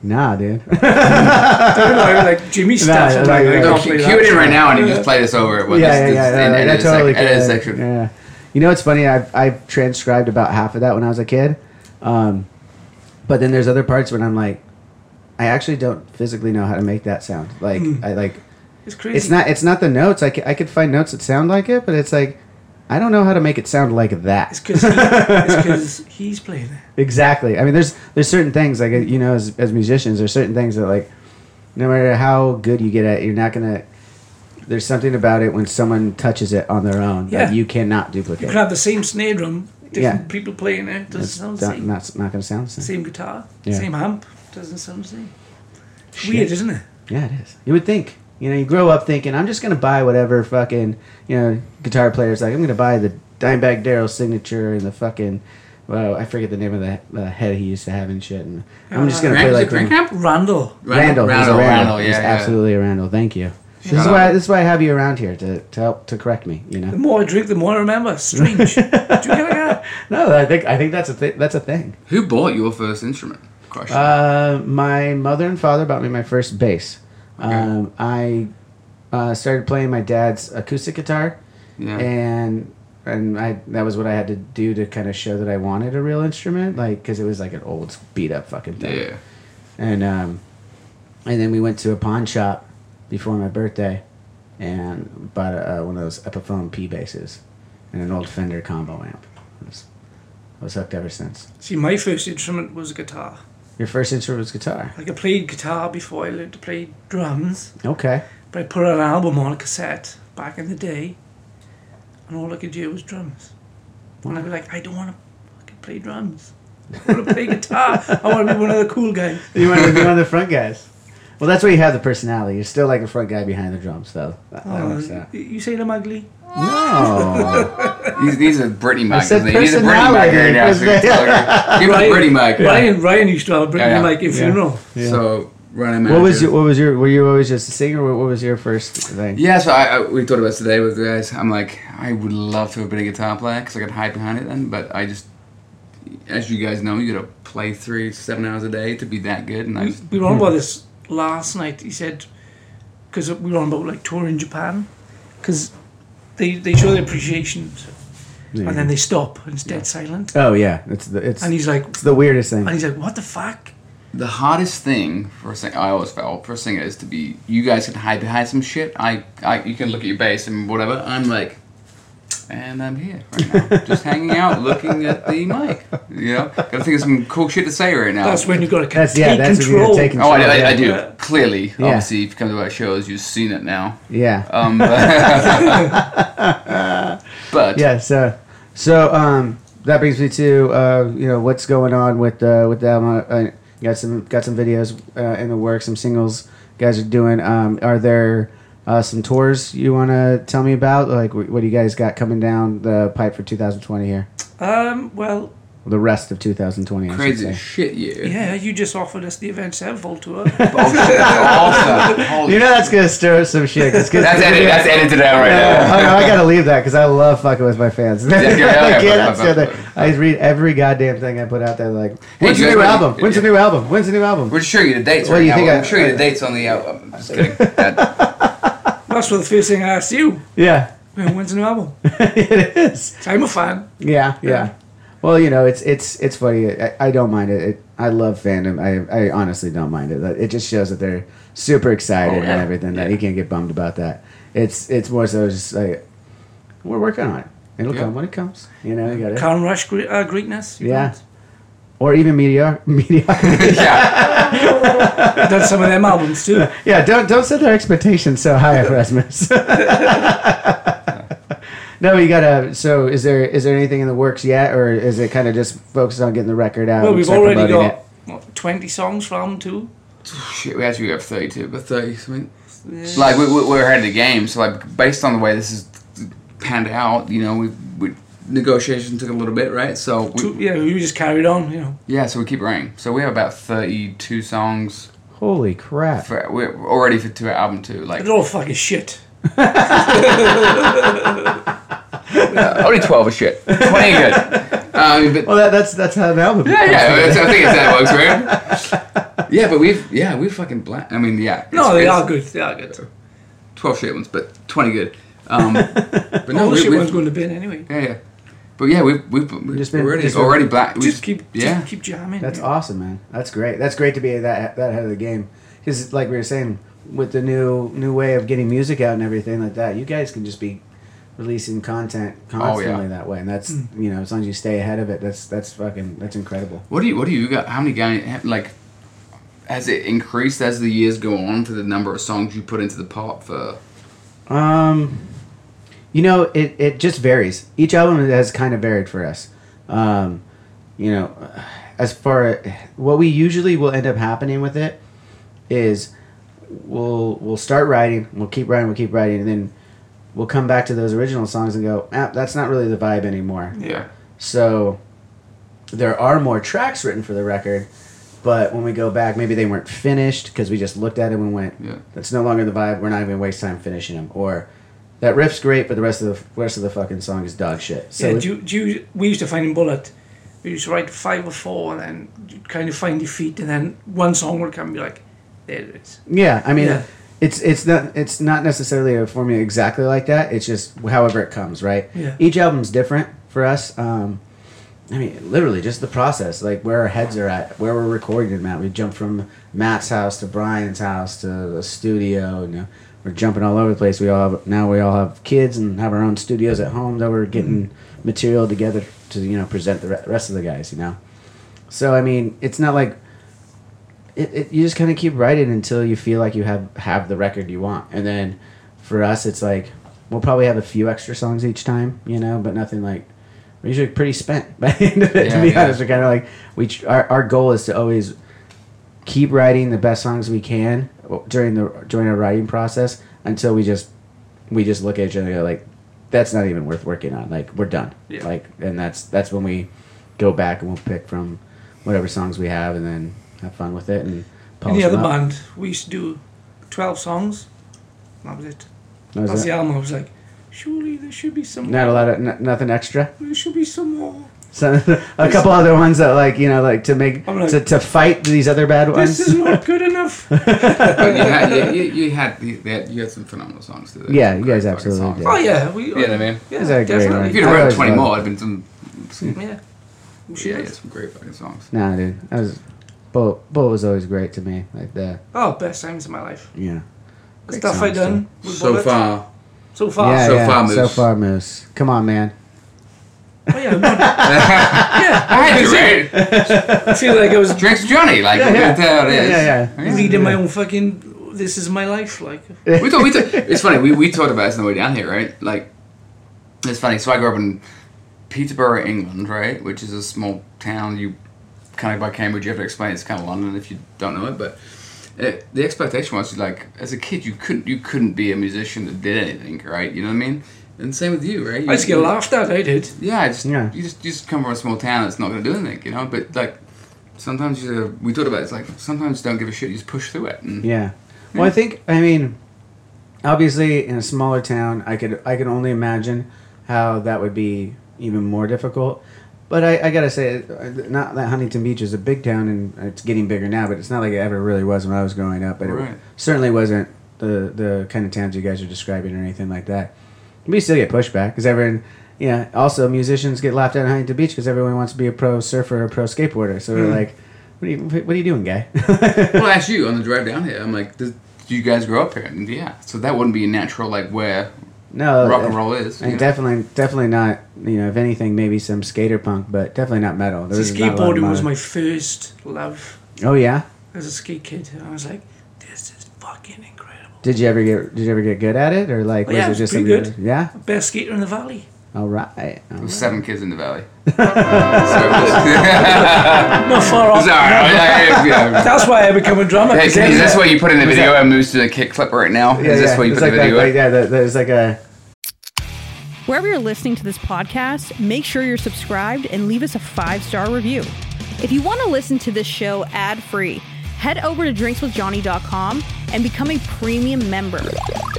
Speaker 2: Nah, dude.
Speaker 3: No, I like
Speaker 2: <laughs>
Speaker 3: Jimmy stuff.
Speaker 2: no,
Speaker 3: I'm like,
Speaker 2: no,
Speaker 3: I
Speaker 2: no.
Speaker 4: No,
Speaker 3: can't
Speaker 4: cue
Speaker 3: play
Speaker 4: cue it in
Speaker 3: that.
Speaker 4: right now, and you just play this over it.
Speaker 2: <laughs>
Speaker 4: Well,
Speaker 2: yeah,
Speaker 4: this-
Speaker 2: yeah,
Speaker 4: this-
Speaker 2: yeah,
Speaker 4: in-
Speaker 2: no,
Speaker 4: in
Speaker 2: that
Speaker 4: a
Speaker 2: totally
Speaker 4: sec- in a
Speaker 2: could.
Speaker 4: section.
Speaker 2: Yeah. You know what's funny? I've, I've transcribed about half of that when I was a kid. Um, but then there's other parts when I'm like, I actually don't physically know how to make that sound. Like, I like.
Speaker 3: It's Mm. crazy.
Speaker 2: It's not. It's not the notes. I, c- I could find notes that sound like it, but it's like, I don't know how to make it sound like that.
Speaker 3: It's
Speaker 2: <laughs>
Speaker 3: because he's playing it.
Speaker 2: Exactly. I mean, there's there's certain things like you know, as as musicians, there's certain things that like, no matter how good you get at, it, you're not gonna. There's something about it when someone touches it on their own
Speaker 3: Yeah.
Speaker 2: that you cannot
Speaker 3: You
Speaker 2: duplicate.
Speaker 3: can have the same snare drum, different
Speaker 2: Yeah.
Speaker 3: people playing it. Doesn't
Speaker 2: it's
Speaker 3: sound
Speaker 2: not,
Speaker 3: the same.
Speaker 2: not not gonna sound the same.
Speaker 3: Same guitar,
Speaker 2: Yeah.
Speaker 3: same amp. Doesn't sound the same. It's
Speaker 2: Shit.
Speaker 3: Weird, isn't it?
Speaker 2: Yeah, it is. You would think. You know, you grow up thinking, I'm just gonna buy whatever fucking you know guitar players like. I'm gonna buy the Dimebag Daryl signature and the fucking. Well, I forget the name of the, the head he used to have and shit. And I'm
Speaker 3: Uh,
Speaker 2: just gonna
Speaker 4: Grant,
Speaker 2: play
Speaker 4: is it
Speaker 2: like
Speaker 4: Grant
Speaker 2: him.
Speaker 4: Camp?
Speaker 3: Randall.
Speaker 2: Randall. He's a
Speaker 4: Randall, Randall, yeah,
Speaker 2: He's
Speaker 4: yeah.
Speaker 2: absolutely a Randall. Thank you. This is
Speaker 4: Yeah.
Speaker 2: why this is why I have you around here to, to help to correct me. You
Speaker 3: The
Speaker 2: know.
Speaker 3: more I drink, the more I
Speaker 2: <laughs>
Speaker 3: remember. Strange. Do you get like that?
Speaker 2: No, I think I think that's a thi- that's a thing.
Speaker 4: Who bought your first instrument? Question.
Speaker 2: Uh, my mother and father bought me my first bass. Um, I uh, started playing my dad's acoustic guitar,
Speaker 4: yeah.
Speaker 2: and and I that was what I had to do to kind of show that I wanted a real instrument, like because it was like an old beat up fucking thing.
Speaker 4: Yeah.
Speaker 2: And um, and then we went to a pawn shop before my birthday, and bought uh, one of those Epiphone P basses and an old Fender combo amp. I was, I was hooked ever since.
Speaker 3: See, my first instrument was a guitar.
Speaker 2: Your first instrument was guitar.
Speaker 3: Like I played guitar before I learned to play drums,
Speaker 2: Okay.
Speaker 3: but I put an album on a cassette back in the day, and all I could do was drums. And I'd be like, I don't want to fucking play drums. I want to play guitar. I want to be one of the cool guys.
Speaker 2: You want to be one of the front guys. <laughs> Well, that's why you have the personality. You're still like a front guy behind the drums, though. That, <laughs> that uh,
Speaker 3: Oh,
Speaker 2: works out.
Speaker 3: you saying I'm ugly?
Speaker 2: Um, No.
Speaker 4: These, these are Britney mics.
Speaker 2: said
Speaker 4: isn't it? He's a Britney mic
Speaker 2: personality.
Speaker 4: right
Speaker 2: <laughs>
Speaker 4: now. So you can tell her. Give him a Britney mic.
Speaker 3: Ryan, Ryan used to have a Britney
Speaker 4: Yeah, yeah.
Speaker 3: like if you know.
Speaker 4: So running.
Speaker 2: <laughs> what was
Speaker 4: managers.
Speaker 2: your? What was your? Were you always just a singer? What, what was your first thing?
Speaker 4: Yeah, so I, I, we talked about this today with the guys. I'm like, I would love to have been a guitar player because I could hide behind it then, but I just, as you guys know, you gotta play three, seven hours a day to be that good, and I just,
Speaker 3: We were on about this last night. He said, because we were on about like touring Japan, because they, they show their appreciation and then they stop and it's dead silent.
Speaker 2: Oh yeah, it's the it's,
Speaker 3: And he's like,
Speaker 2: it's the weirdest thing.
Speaker 3: and he's like, what the fuck?
Speaker 4: the hardest thing for a singer, I always felt for a singer is to be. You guys can hide behind some shit. I, I, you can look at your bass and whatever. I'm like, and I'm here
Speaker 3: <laughs>
Speaker 4: right now, just hanging out, looking at the mic. You know, gotta think of some cool shit to say right now.
Speaker 3: That's when you got to take
Speaker 2: That's yeah. That's when you
Speaker 3: control.
Speaker 2: gotta take
Speaker 4: Oh,
Speaker 2: control.
Speaker 4: I, I,
Speaker 2: yeah.
Speaker 4: I do.
Speaker 3: Yeah.
Speaker 4: Clearly, obviously, if you come to our shows, you've seen it now.
Speaker 2: Yeah.
Speaker 4: Um, <laughs> but but
Speaker 2: yeah. So so um that brings me to uh you know what's going on with uh with them. Uh, uh, got some got some videos uh, in the works, some singles guys are doing. Um, are there uh, some tours you want to tell me about? Like wh- what do you guys got coming down the pipe for 2020 here?
Speaker 3: Um, well,
Speaker 2: The rest of 2020. I should
Speaker 4: crazy
Speaker 2: say.
Speaker 4: as shit year.
Speaker 3: yeah, you just offered us the Event Sevenfold tour. <laughs>
Speaker 4: Oh, shit, that's awesome.
Speaker 2: <laughs>
Speaker 4: Holy
Speaker 2: You know that's gonna stir up some shit. 'cause- 'cause-
Speaker 4: <laughs> that's edited. That's edited out right now.
Speaker 2: Oh, no, <laughs> I gotta leave that because I love fucking with my fans. <laughs>
Speaker 4: okay, okay,
Speaker 2: I
Speaker 4: okay,
Speaker 2: can't
Speaker 4: okay,
Speaker 2: stand it.
Speaker 4: okay.
Speaker 2: I read every goddamn thing I put out there. Like,
Speaker 4: Hey,
Speaker 2: when's
Speaker 4: you
Speaker 2: the
Speaker 4: guys
Speaker 2: new
Speaker 4: wanna-
Speaker 2: album? When's the
Speaker 4: yeah.
Speaker 2: new album? When's the new album?
Speaker 4: We're just showing you the dates
Speaker 2: What do
Speaker 4: right
Speaker 2: you
Speaker 4: now.
Speaker 2: think
Speaker 4: I'm
Speaker 2: I-
Speaker 4: showing you the dates on the album. I'm just
Speaker 2: <laughs>
Speaker 4: kidding. That,
Speaker 3: That's what the first thing I asked you.
Speaker 2: Yeah, <laughs>
Speaker 3: When- When's the new album?
Speaker 2: it is.
Speaker 3: So I'm a fan.
Speaker 2: Yeah, yeah. Well, you know, it's it's it's funny. I, I don't mind it. it. I love fandom. I I honestly don't mind it. It just shows that they're super excited
Speaker 4: Oh, yeah.
Speaker 2: and everything. That
Speaker 4: Yeah.
Speaker 2: you can't get bummed about that. It's it's more so just like we're working on it. It'll
Speaker 4: Yeah.
Speaker 2: come when it comes. You know, you got it.
Speaker 3: Karen Rush gre- uh, greatness. you
Speaker 2: Yeah. Or even meteor <laughs> meteor.
Speaker 4: yeah,
Speaker 3: know. I've done some of them albums too.
Speaker 2: Yeah, don't don't set their expectations so
Speaker 3: <laughs>
Speaker 2: high, Rasmus. no, you gotta. So, is there is there anything in the works yet, or is it kind of just focused on getting the record out?
Speaker 3: Well,
Speaker 2: and
Speaker 3: we've
Speaker 2: start
Speaker 3: already
Speaker 2: promoting
Speaker 3: got
Speaker 2: it?
Speaker 3: what, 20 songs for album two.
Speaker 4: shit. We actually have thirty-two, but thirty something. Like we, we- we're ahead of the game. So like based on the way this is panned out, you know, we we negotiation took a little bit, right? So we,
Speaker 3: Two- yeah, we just carried on, you know.
Speaker 4: yeah, so we keep running. So we have about thirty-two songs.
Speaker 2: Holy crap!
Speaker 4: For, we're already for two album two. Like
Speaker 3: They're all fucking shit.
Speaker 4: only twelve is shit.
Speaker 3: <laughs>
Speaker 4: Twenty are good. Um, but
Speaker 2: Well, that, that's that's how the album.
Speaker 4: Yeah, yeah, it's- I think it's that works,
Speaker 3: <laughs>
Speaker 4: right? yeah, but we've yeah we fucking black. I mean, yeah. it's-
Speaker 3: No, they
Speaker 4: it's
Speaker 3: are good. They are good.
Speaker 4: Twelve shit ones, but twenty good.
Speaker 3: <laughs>
Speaker 4: Um, but no,
Speaker 3: All the
Speaker 4: we,
Speaker 3: shit
Speaker 4: we,
Speaker 3: ones going to bin anyway.
Speaker 4: yeah, yeah. But yeah, we've we've, we've
Speaker 2: Just been-
Speaker 4: already
Speaker 2: just been-
Speaker 4: already black. We
Speaker 3: Just keep,
Speaker 4: yeah.
Speaker 3: just keep jamming.
Speaker 2: That's
Speaker 3: yeah.
Speaker 2: awesome, man. That's great. That's great to be that that ahead of the game. Because, like we were saying, with the new new way of getting music out and everything like that, you guys can just be releasing content
Speaker 3: Oh,
Speaker 2: constantly that way, and that's
Speaker 3: Hmm.
Speaker 2: you know as long as you stay ahead of it, that's that's fucking that's incredible.
Speaker 4: what do you what do you got? How many guys like? Has it increased as the years go on for the number of songs you put into the pot for?
Speaker 2: Um, you know, it, it just varies. Each album has kind of varied for us. Um, you know, as far what we usually will end up happening with it is we'll we'll start writing, we'll keep writing, we'll keep writing, and then we'll come back to those original songs and go, ah, that's not really the vibe anymore.
Speaker 4: Yeah.
Speaker 2: So there are more tracks written for the record, but when we go back, maybe they weren't finished because we just looked at it and went,
Speaker 4: Yeah.
Speaker 2: "That's no longer the vibe. We're not even gonna waste time finishing them." Or that riff's great, but the rest of the rest of the fucking song is dog shit. So
Speaker 3: yeah,
Speaker 2: we-
Speaker 3: do, you- do you, we used to find in Bullet, we used to write five or four and then you'd kind of find your feet and then one song would come and be like, there it is.
Speaker 2: yeah, I mean,
Speaker 3: Yeah.
Speaker 2: it's it's not it's not necessarily a formula exactly like that. It's just however it comes, right?
Speaker 3: Yeah.
Speaker 2: Each album's different for us. Um, I mean, literally just the process, like where our heads are at, where we're recording them at. We jump from Matt's house to Brian's house to the studio. You know, we're jumping all over the place. We all have, now we all have kids and have our own studios at home that we're getting material together to you know present the re- rest of the guys. You know, so I mean, it's not like it, it, you just kind of keep writing until you feel like you have have the record you want and then for us it's like we'll probably have a few extra songs each time you know but nothing like we're usually pretty spent <laughs> by the end of it
Speaker 4: Yeah,
Speaker 2: to be
Speaker 4: yeah.
Speaker 2: honest we're kind of like we tr- our, our goal is to always keep writing the best songs we can during the during our writing process until we just we just look at each other and go like that's not even worth working on like we're done
Speaker 3: Yeah.
Speaker 2: like and that's that's when we go back and we'll pick from whatever songs we have and then have fun with it and
Speaker 3: In
Speaker 2: polish
Speaker 3: the other
Speaker 2: them up.
Speaker 3: band, we used to do 12 songs. That was it.
Speaker 2: That was
Speaker 3: That's
Speaker 2: it.
Speaker 3: the album. I was like, surely there should be some
Speaker 2: not a lot of n- nothing extra <laughs>
Speaker 3: There should be some more.
Speaker 2: so a couple other ones that like you know like to make
Speaker 3: I'm like-
Speaker 2: to, to fight these other bad ones
Speaker 3: This
Speaker 2: <laughs>
Speaker 3: is not good enough. oh
Speaker 4: But you had you, you, you had the, that you had some phenomenal songs too.
Speaker 2: Yeah, you guys
Speaker 4: Great fucking
Speaker 2: absolutely
Speaker 4: songs.
Speaker 2: did.
Speaker 3: Oh, yeah, we.
Speaker 4: You know what I mean?
Speaker 3: Yeah,
Speaker 2: Is that a great
Speaker 3: definitely.
Speaker 2: one?
Speaker 4: If you'd have
Speaker 2: I
Speaker 4: written
Speaker 2: always
Speaker 4: twenty
Speaker 2: love
Speaker 4: more, it'd been some. some
Speaker 3: Yeah. We should
Speaker 4: yeah, yeah,
Speaker 3: have.
Speaker 4: some great fucking songs.
Speaker 2: nah dude that was bull bull was always great to me like that
Speaker 3: Oh, best times of my life.
Speaker 2: yeah
Speaker 3: The stuff I
Speaker 2: songs,
Speaker 3: done. with
Speaker 4: So
Speaker 3: Bullet.
Speaker 4: <laughs> far,
Speaker 3: So far.
Speaker 2: yeah,
Speaker 4: So
Speaker 2: yeah.
Speaker 4: far,
Speaker 2: so
Speaker 4: Moose.
Speaker 2: far moose come on man
Speaker 3: Oh, yeah, I'm not- yeah.
Speaker 4: I had to, right?
Speaker 3: I feel like I was
Speaker 4: <laughs> Drinks with Johnny, like
Speaker 2: Yeah, yeah.
Speaker 4: that's how it
Speaker 2: Yeah,
Speaker 4: is.
Speaker 2: yeah, yeah.
Speaker 3: reading my own fucking. This is my life. Like,
Speaker 4: we thought, we
Speaker 2: <laughs>
Speaker 4: thought, it's funny we, we talked about this on the way down here right like it's funny so i grew up in peterborough england right which is a small town you kind of by cambridge you have to explain it's kind of london if you don't know it but it, the expectation was like as a kid you couldn't you couldn't be a musician that did anything right you know what i mean and same with you right you,
Speaker 3: I just get laughed at. I did.
Speaker 4: yeah, it's,
Speaker 2: Yeah.
Speaker 4: You just you just come from a small town that's not going to do anything, you know. But like sometimes you, we talked about it, it's like sometimes don't give a shit. You just push through it. And
Speaker 2: Yeah.
Speaker 4: Hmm.
Speaker 2: Well, I think I mean, obviously, in a smaller town, I could I can only imagine how that would be even more difficult. But I, I gotta say, uh, not that Huntington Beach is a big town and it's getting bigger now, but it's not like it ever really was when I was growing up. But
Speaker 4: Right.
Speaker 2: it certainly wasn't the the kind of towns you guys are describing or anything like that. We still get pushback because everyone, yeah. Also, musicians get laughed at in Huntington Beach because everyone wants to be a pro surfer or a pro skateboarder. So
Speaker 4: Hmm.
Speaker 2: they're like, "What are you? What are you doing, guy?" <laughs>
Speaker 4: well, that's you on the drive down here. I'm like, do do you guys grow up here? And yeah, so that wouldn't be a natural like where
Speaker 2: no,
Speaker 4: rock and
Speaker 2: uh,
Speaker 4: roll is. you
Speaker 2: And
Speaker 4: know?
Speaker 2: definitely, definitely not. You know, if anything, maybe some skater punk, but definitely not metal. There
Speaker 3: The
Speaker 2: was not a lot of
Speaker 3: skateboarding was my
Speaker 2: metal.
Speaker 3: first love
Speaker 2: Oh yeah.
Speaker 3: as a skate kid. And I was like, this is fucking incredible.
Speaker 2: Did you ever get? Did you ever get good at it, or like
Speaker 3: Oh, yeah,
Speaker 2: was it just
Speaker 3: pretty
Speaker 2: something-
Speaker 3: good.
Speaker 2: Yeah.
Speaker 3: Best skater in the valley.
Speaker 2: All right. Um, All
Speaker 4: There
Speaker 2: right.
Speaker 4: was seven kids in
Speaker 2: <laughs>
Speaker 4: the valley. so, <laughs> sorry,
Speaker 3: Not far off.
Speaker 4: yeah,
Speaker 2: <laughs>
Speaker 4: yeah.
Speaker 3: That's why I become a drummer.
Speaker 4: Hey,
Speaker 3: 'cause
Speaker 4: is this
Speaker 3: then-
Speaker 4: what you put in the video and moves to the kick clip right now?
Speaker 2: Yeah,
Speaker 4: is this
Speaker 2: yeah.
Speaker 4: what you
Speaker 2: It's
Speaker 4: put
Speaker 2: like
Speaker 4: the
Speaker 2: that,
Speaker 4: video
Speaker 2: like,
Speaker 4: in?
Speaker 2: yeah, that, that was like a.
Speaker 5: Wherever you're listening to this podcast, make sure you're subscribed and leave us a five star review. If you want to listen to this show ad free, head over to drinkswithjohnny.com and become a premium member.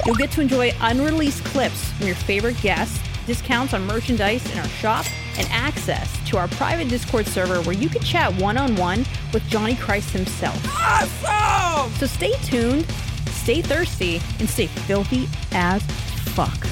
Speaker 5: You'll get to enjoy unreleased clips from your favorite guests, discounts on merchandise in our shop, and access to our private Discord server where you can chat one on one with Johnny Christ himself. Awesome! So stay tuned, stay thirsty, and stay filthy as fuck.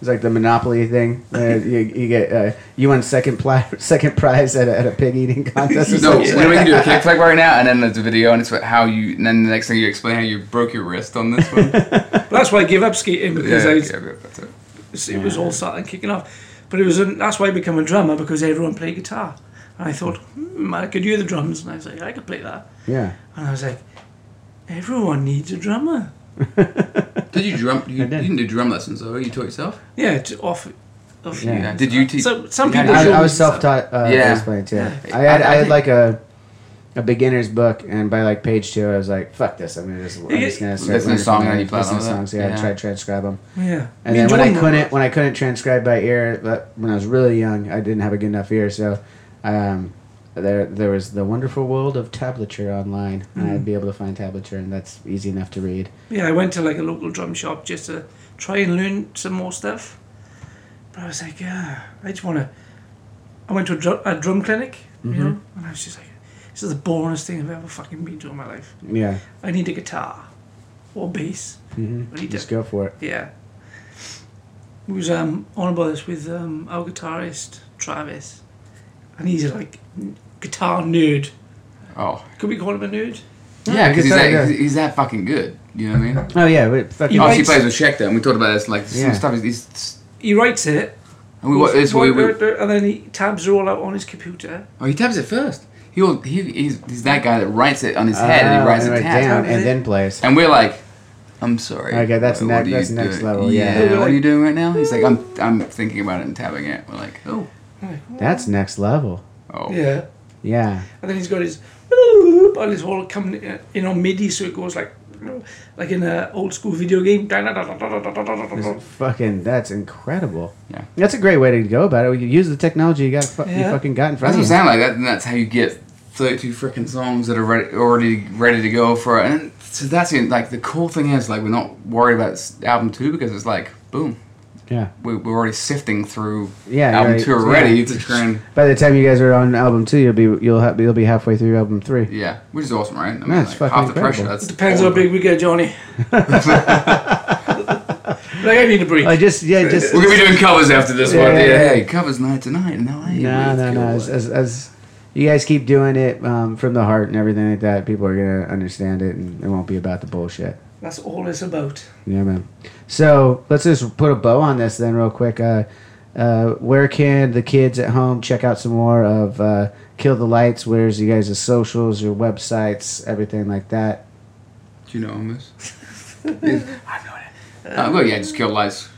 Speaker 2: It's like the Monopoly thing. <laughs> Uh, you, you get uh, you won second pli- <laughs> second prize at a, at a pig
Speaker 4: <laughs>
Speaker 2: eating contest. or
Speaker 4: No,
Speaker 2: something.
Speaker 4: we can do a kick clip right now, and then there's a video, and it's what, how you. And then the next thing you explain how you broke your wrist on this one. yeah,
Speaker 3: That's why I gave up skating because
Speaker 4: yeah,
Speaker 3: I
Speaker 4: yeah, that's it.
Speaker 3: was, it was all starting kicking off. But it was that's why I become a drummer because everyone played guitar. And I thought, hmm, I could hear the drums, and I was like, I could play that.
Speaker 2: Yeah.
Speaker 3: And I was like, everyone needs a drummer.
Speaker 4: Did you drum? You, you didn't do drum lessons though. You taught yourself.
Speaker 3: Yeah, to off. off Uh,
Speaker 2: Yeah.
Speaker 4: Yeah. Did you teach?
Speaker 3: So some
Speaker 4: Yeah,
Speaker 3: people.
Speaker 4: I-
Speaker 2: I,
Speaker 3: show
Speaker 2: I
Speaker 3: me
Speaker 2: was
Speaker 3: stuff.
Speaker 2: self-taught. Uh,
Speaker 4: Yeah.
Speaker 2: yeah, too. I had
Speaker 4: I- I
Speaker 2: I, had
Speaker 4: think-
Speaker 2: like a a beginner's book, and by like page two, I was like, "Fuck this! I'm gonna just I'm just gonna start
Speaker 4: Listen to
Speaker 2: learning
Speaker 4: song
Speaker 2: from
Speaker 4: and
Speaker 2: there.
Speaker 4: you play
Speaker 2: Listen to
Speaker 4: along with
Speaker 2: songs.
Speaker 4: it.
Speaker 2: Yeah,
Speaker 4: Yeah.
Speaker 2: try to transcribe them.
Speaker 3: Yeah.
Speaker 2: And
Speaker 3: Me
Speaker 2: then when I
Speaker 3: Jordan were-
Speaker 2: couldn't when I couldn't transcribe by ear, but when I was really young, I didn't have a good enough ear, so um, there there was the wonderful world of tablature online. and I'd be able to find tablature, and that's easy enough to read.
Speaker 3: Yeah, I went to like a local drum shop just to try and learn some more stuff. But I was like,
Speaker 2: Mm-hmm.
Speaker 3: yeah, I just want to. I went to a, dru- a drum clinic, you know, and I was just like, This is the boringest thing I've ever fucking been to in my life.
Speaker 2: Yeah.
Speaker 3: I need a guitar or bass. I need
Speaker 2: Just
Speaker 3: to,
Speaker 2: go for it.
Speaker 3: Yeah. We was um, on about this with um, our guitarist Travis, and he's a, like n- guitar nerd.
Speaker 4: Oh.
Speaker 3: Could we call him a nerd?
Speaker 4: Yeah, because he's,
Speaker 2: guitar
Speaker 4: that-
Speaker 2: guy.
Speaker 4: he's, he's that fucking good. You know what I mean?
Speaker 2: Oh yeah, but fucking
Speaker 3: You
Speaker 4: Oh,
Speaker 3: might-
Speaker 4: she plays with Schecter, and we talked about this. Like some
Speaker 2: Yeah.
Speaker 4: stuff is. is
Speaker 3: He writes it,
Speaker 4: and we, wa- it's, we, we,
Speaker 3: and then he tabs it all out on his computer.
Speaker 4: oh, he taps it first. He will, he he's, he's that guy that writes it on his head and he writes it down.
Speaker 2: down
Speaker 3: Is
Speaker 2: Uh, and
Speaker 3: it-
Speaker 2: then plays.
Speaker 4: And we're like, I'm sorry.
Speaker 2: Okay, that's
Speaker 4: What
Speaker 2: ne-
Speaker 4: are you
Speaker 2: that's next
Speaker 4: doing?
Speaker 2: level, yeah.
Speaker 3: We're
Speaker 4: what
Speaker 3: like-
Speaker 4: are you doing right now? He's like, I'm I'm thinking about it and tapping it. We're like, oh,
Speaker 2: That's next level.
Speaker 4: oh,
Speaker 3: Yeah.
Speaker 2: Yeah.
Speaker 3: And then he's got his and it's all coming in- in on MIDI, so it goes like like in an old school video game.
Speaker 2: Fucking, that's incredible.
Speaker 4: Yeah.
Speaker 2: That's a great way to go about it. You use the technology you got, fu- you
Speaker 3: Yeah.
Speaker 2: fucking got in
Speaker 4: That's
Speaker 2: front
Speaker 4: what
Speaker 2: of
Speaker 4: I'm
Speaker 2: you.
Speaker 4: saying. Like that, and that's how you get 32 freaking songs that are ready, already ready to go for it. And so that's it. Like the cool thing is, like we're not worried about s- album two because it's like, boom,
Speaker 2: Yeah.
Speaker 4: we, we're already sifting through
Speaker 2: Yeah,
Speaker 4: album
Speaker 2: right.
Speaker 4: two already
Speaker 2: Yeah.
Speaker 4: to try and
Speaker 2: By the time you guys are on album two, you'll be you'll ha- you'll be halfway through album three.
Speaker 4: yeah, which is awesome, right? I mean,
Speaker 2: That's
Speaker 4: like,
Speaker 2: fucking
Speaker 4: half the
Speaker 2: incredible.
Speaker 4: pressure. That's
Speaker 3: Depends
Speaker 4: all
Speaker 3: how
Speaker 4: of it.
Speaker 3: big we get, Johnny. like I need a break.
Speaker 2: I just yeah just
Speaker 4: We're gonna be doing covers after this
Speaker 2: Yeah,
Speaker 4: one.
Speaker 2: yeah,
Speaker 4: Yeah,
Speaker 2: yeah.
Speaker 4: hey, covers night tonight. No, I
Speaker 2: <laughs>
Speaker 4: ain't
Speaker 2: no
Speaker 4: with
Speaker 2: no no
Speaker 4: Gilmore.
Speaker 2: as, as, as you guys keep doing it um, from the heart and everything like that, people are gonna understand it and it won't be about the bullshit.
Speaker 3: That's all it's about.
Speaker 2: Yeah, man. So let's just put a bow on this then, real quick. Uh, uh, where can the kids at home check out some more of uh, Kill the Lights? Where's you guys' socials, your websites, everything like that?
Speaker 4: Do you know him, miss?
Speaker 2: <laughs>
Speaker 4: I've known it. Uh, well, yeah, just kill lights.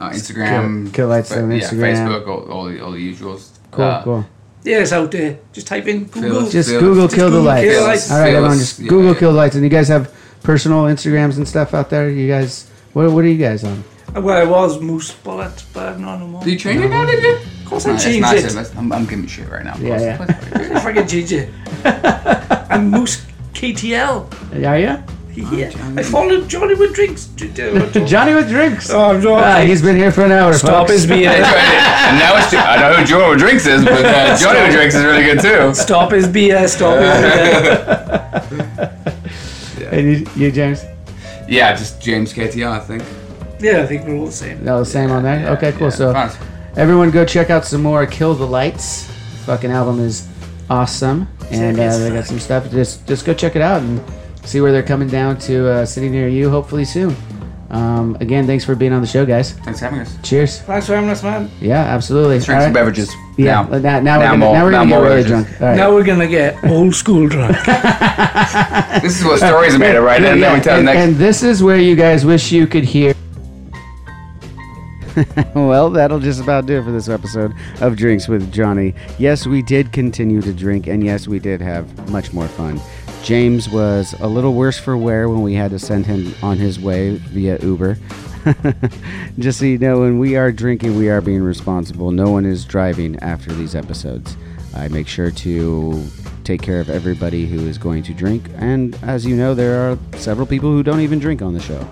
Speaker 4: Uh, Instagram,
Speaker 2: Kill- Kill Lights on
Speaker 4: yeah,
Speaker 2: Instagram.
Speaker 4: Facebook, all, all the all the usuals.
Speaker 2: Cool,
Speaker 4: Uh,
Speaker 2: cool.
Speaker 3: Yeah, it's out there. Just type in Google.
Speaker 4: Phil-
Speaker 2: Just
Speaker 4: Phil-
Speaker 2: Google
Speaker 4: just
Speaker 2: Kill the
Speaker 3: Google
Speaker 2: Lights.
Speaker 3: Kill the Lights.
Speaker 2: All right,
Speaker 4: Phil
Speaker 2: everyone,
Speaker 4: is-
Speaker 2: just
Speaker 4: yeah,
Speaker 2: Google
Speaker 4: yeah.
Speaker 2: Kill the Lights. And you guys have personal Instagrams and stuff out there? You guys, what, what are you guys on?
Speaker 3: Well, I was Moose Bullet, but I'm not no more.
Speaker 4: Did you change it now? Did you?
Speaker 3: Of course,
Speaker 4: No,
Speaker 3: I
Speaker 4: it's
Speaker 3: changed
Speaker 4: not,
Speaker 3: it.
Speaker 4: it's- I'm, I'm giving shit right now.
Speaker 2: Yeah, yeah.
Speaker 3: I fucking change it. <laughs> I'm Moose KTL.
Speaker 2: Yeah, yeah.
Speaker 3: Yeah. I followed Johnny with drinks.
Speaker 2: Johnny with drinks.
Speaker 3: Oh, I'm Johnny.
Speaker 2: Ah, he's been here for an hour.
Speaker 3: Stop
Speaker 2: folks.
Speaker 3: his beer.
Speaker 4: <laughs> and now it's. I know who Joe Drinks is,
Speaker 2: <laughs>
Speaker 4: but uh, Johnny Drinks is really good
Speaker 3: <laughs>
Speaker 4: too.
Speaker 3: Stop his beer. Stop his beer.
Speaker 2: And you, you, James.
Speaker 4: Yeah, just James KTR, I think.
Speaker 3: Yeah, I think we're all the same.
Speaker 2: No, the same on there.
Speaker 4: Yeah,
Speaker 2: Oh, okay, cool.
Speaker 4: yeah.
Speaker 2: So.
Speaker 4: Fine.
Speaker 2: Everyone, go check out some more Kill the Lights. Fucking album is awesome, and uh, they got some stuff. Just just go check it out and see where they're coming down to uh, city near you. Hopefully soon. Um, again, thanks for being on the show, guys.
Speaker 4: Thanks for
Speaker 2: <laughs>
Speaker 4: having us.
Speaker 2: Cheers.
Speaker 3: Thanks for having us, man.
Speaker 2: Yeah, absolutely.
Speaker 4: Drinks
Speaker 2: All
Speaker 4: and
Speaker 2: right.
Speaker 4: beverages.
Speaker 2: Yeah. Now, now, we're gonna,
Speaker 4: more-
Speaker 2: now we're
Speaker 4: now
Speaker 2: gonna get
Speaker 4: more
Speaker 2: really
Speaker 4: beverages.
Speaker 2: drunk. All right.
Speaker 3: Now we're gonna get old school drunk.
Speaker 4: This is what stories are made of, right? And then we tell the
Speaker 2: and,
Speaker 4: next.
Speaker 2: and this is where you guys wish you could hear. <laughs> well, that'll just about do it for this episode of Drinks with Johnny. Yes, we did continue to drink, and yes, we did have much more fun. James was a little worse for wear when we had to send him on his way via Uber. <laughs> just so you know, when we are drinking, we are being responsible. No one is driving after these episodes. I make sure to take care of everybody who is going to drink. And as you know, there are several people who don't even drink on the show.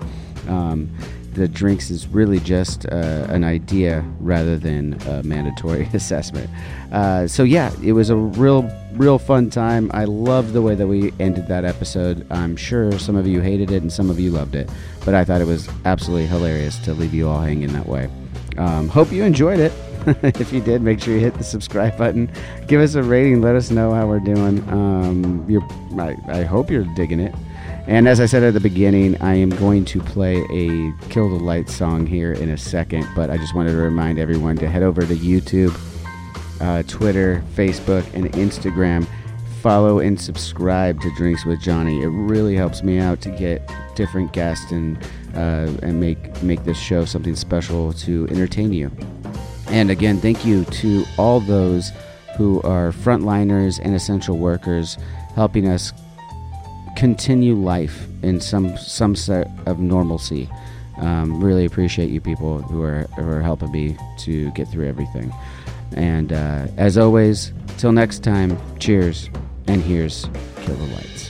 Speaker 2: Um, the drinks is really just uh, an idea rather than a mandatory <laughs> assessment. Uh, so yeah, it was a real, real fun time. I love the way that we ended that episode. I'm sure some of you hated it and some of you loved it, but I thought it was absolutely hilarious to leave you all hanging that way. Um, hope you enjoyed it. <laughs> if you did, make sure you hit the subscribe button. Give us a rating. Let us know how we're doing. Um, you're, I, I hope you're digging it. And as I said at the beginning, I am going to play a Kill the Light song here in a second, but I just wanted to remind everyone to head over to YouTube uh, Twitter, Facebook, and Instagram. Follow and subscribe to Drinks with Johnny. It really helps me out to get different guests and uh, and make make this show something special to entertain you. And again, thank you to all those who are frontliners and essential workers, helping us continue life in some some set of normalcy. Um, really appreciate you people who are who are helping me to get through everything. And uh, as always, till next time, cheers. And here's Kill the Lights.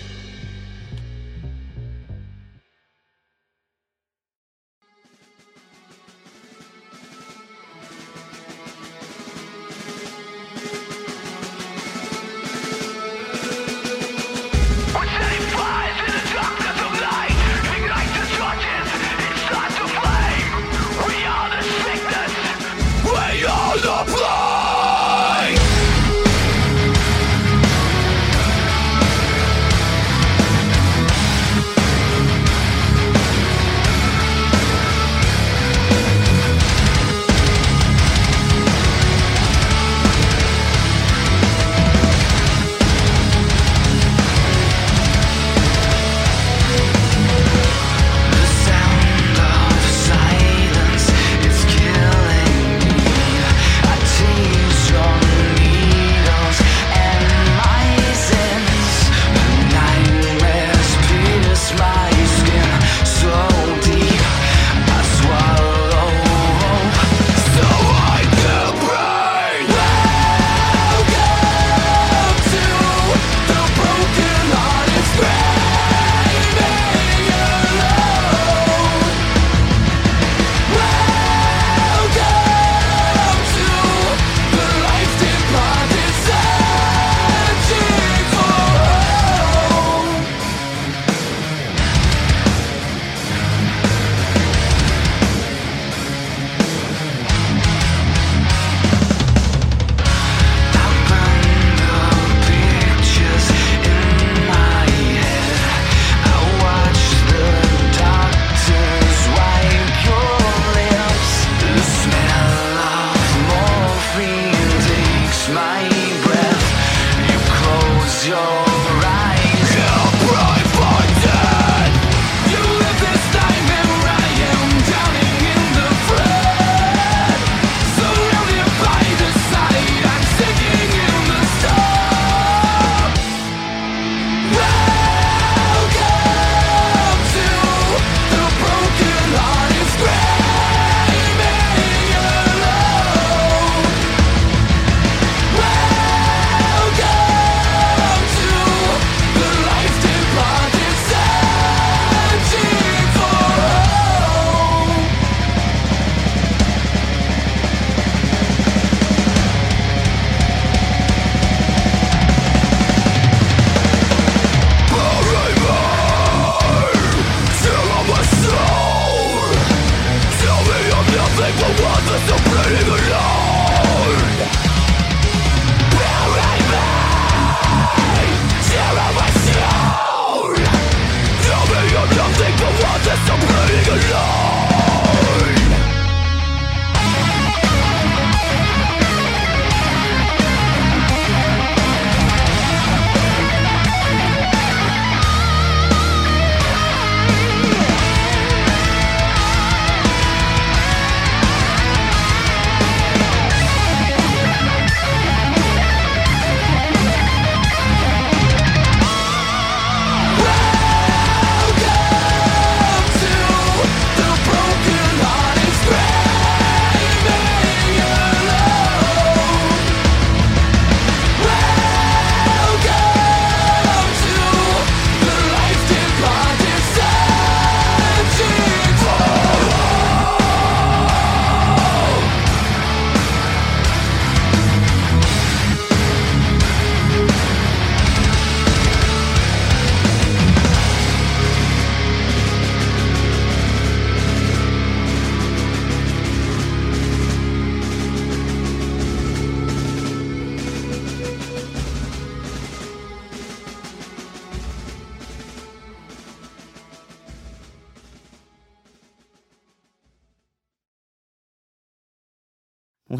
Speaker 6: Well,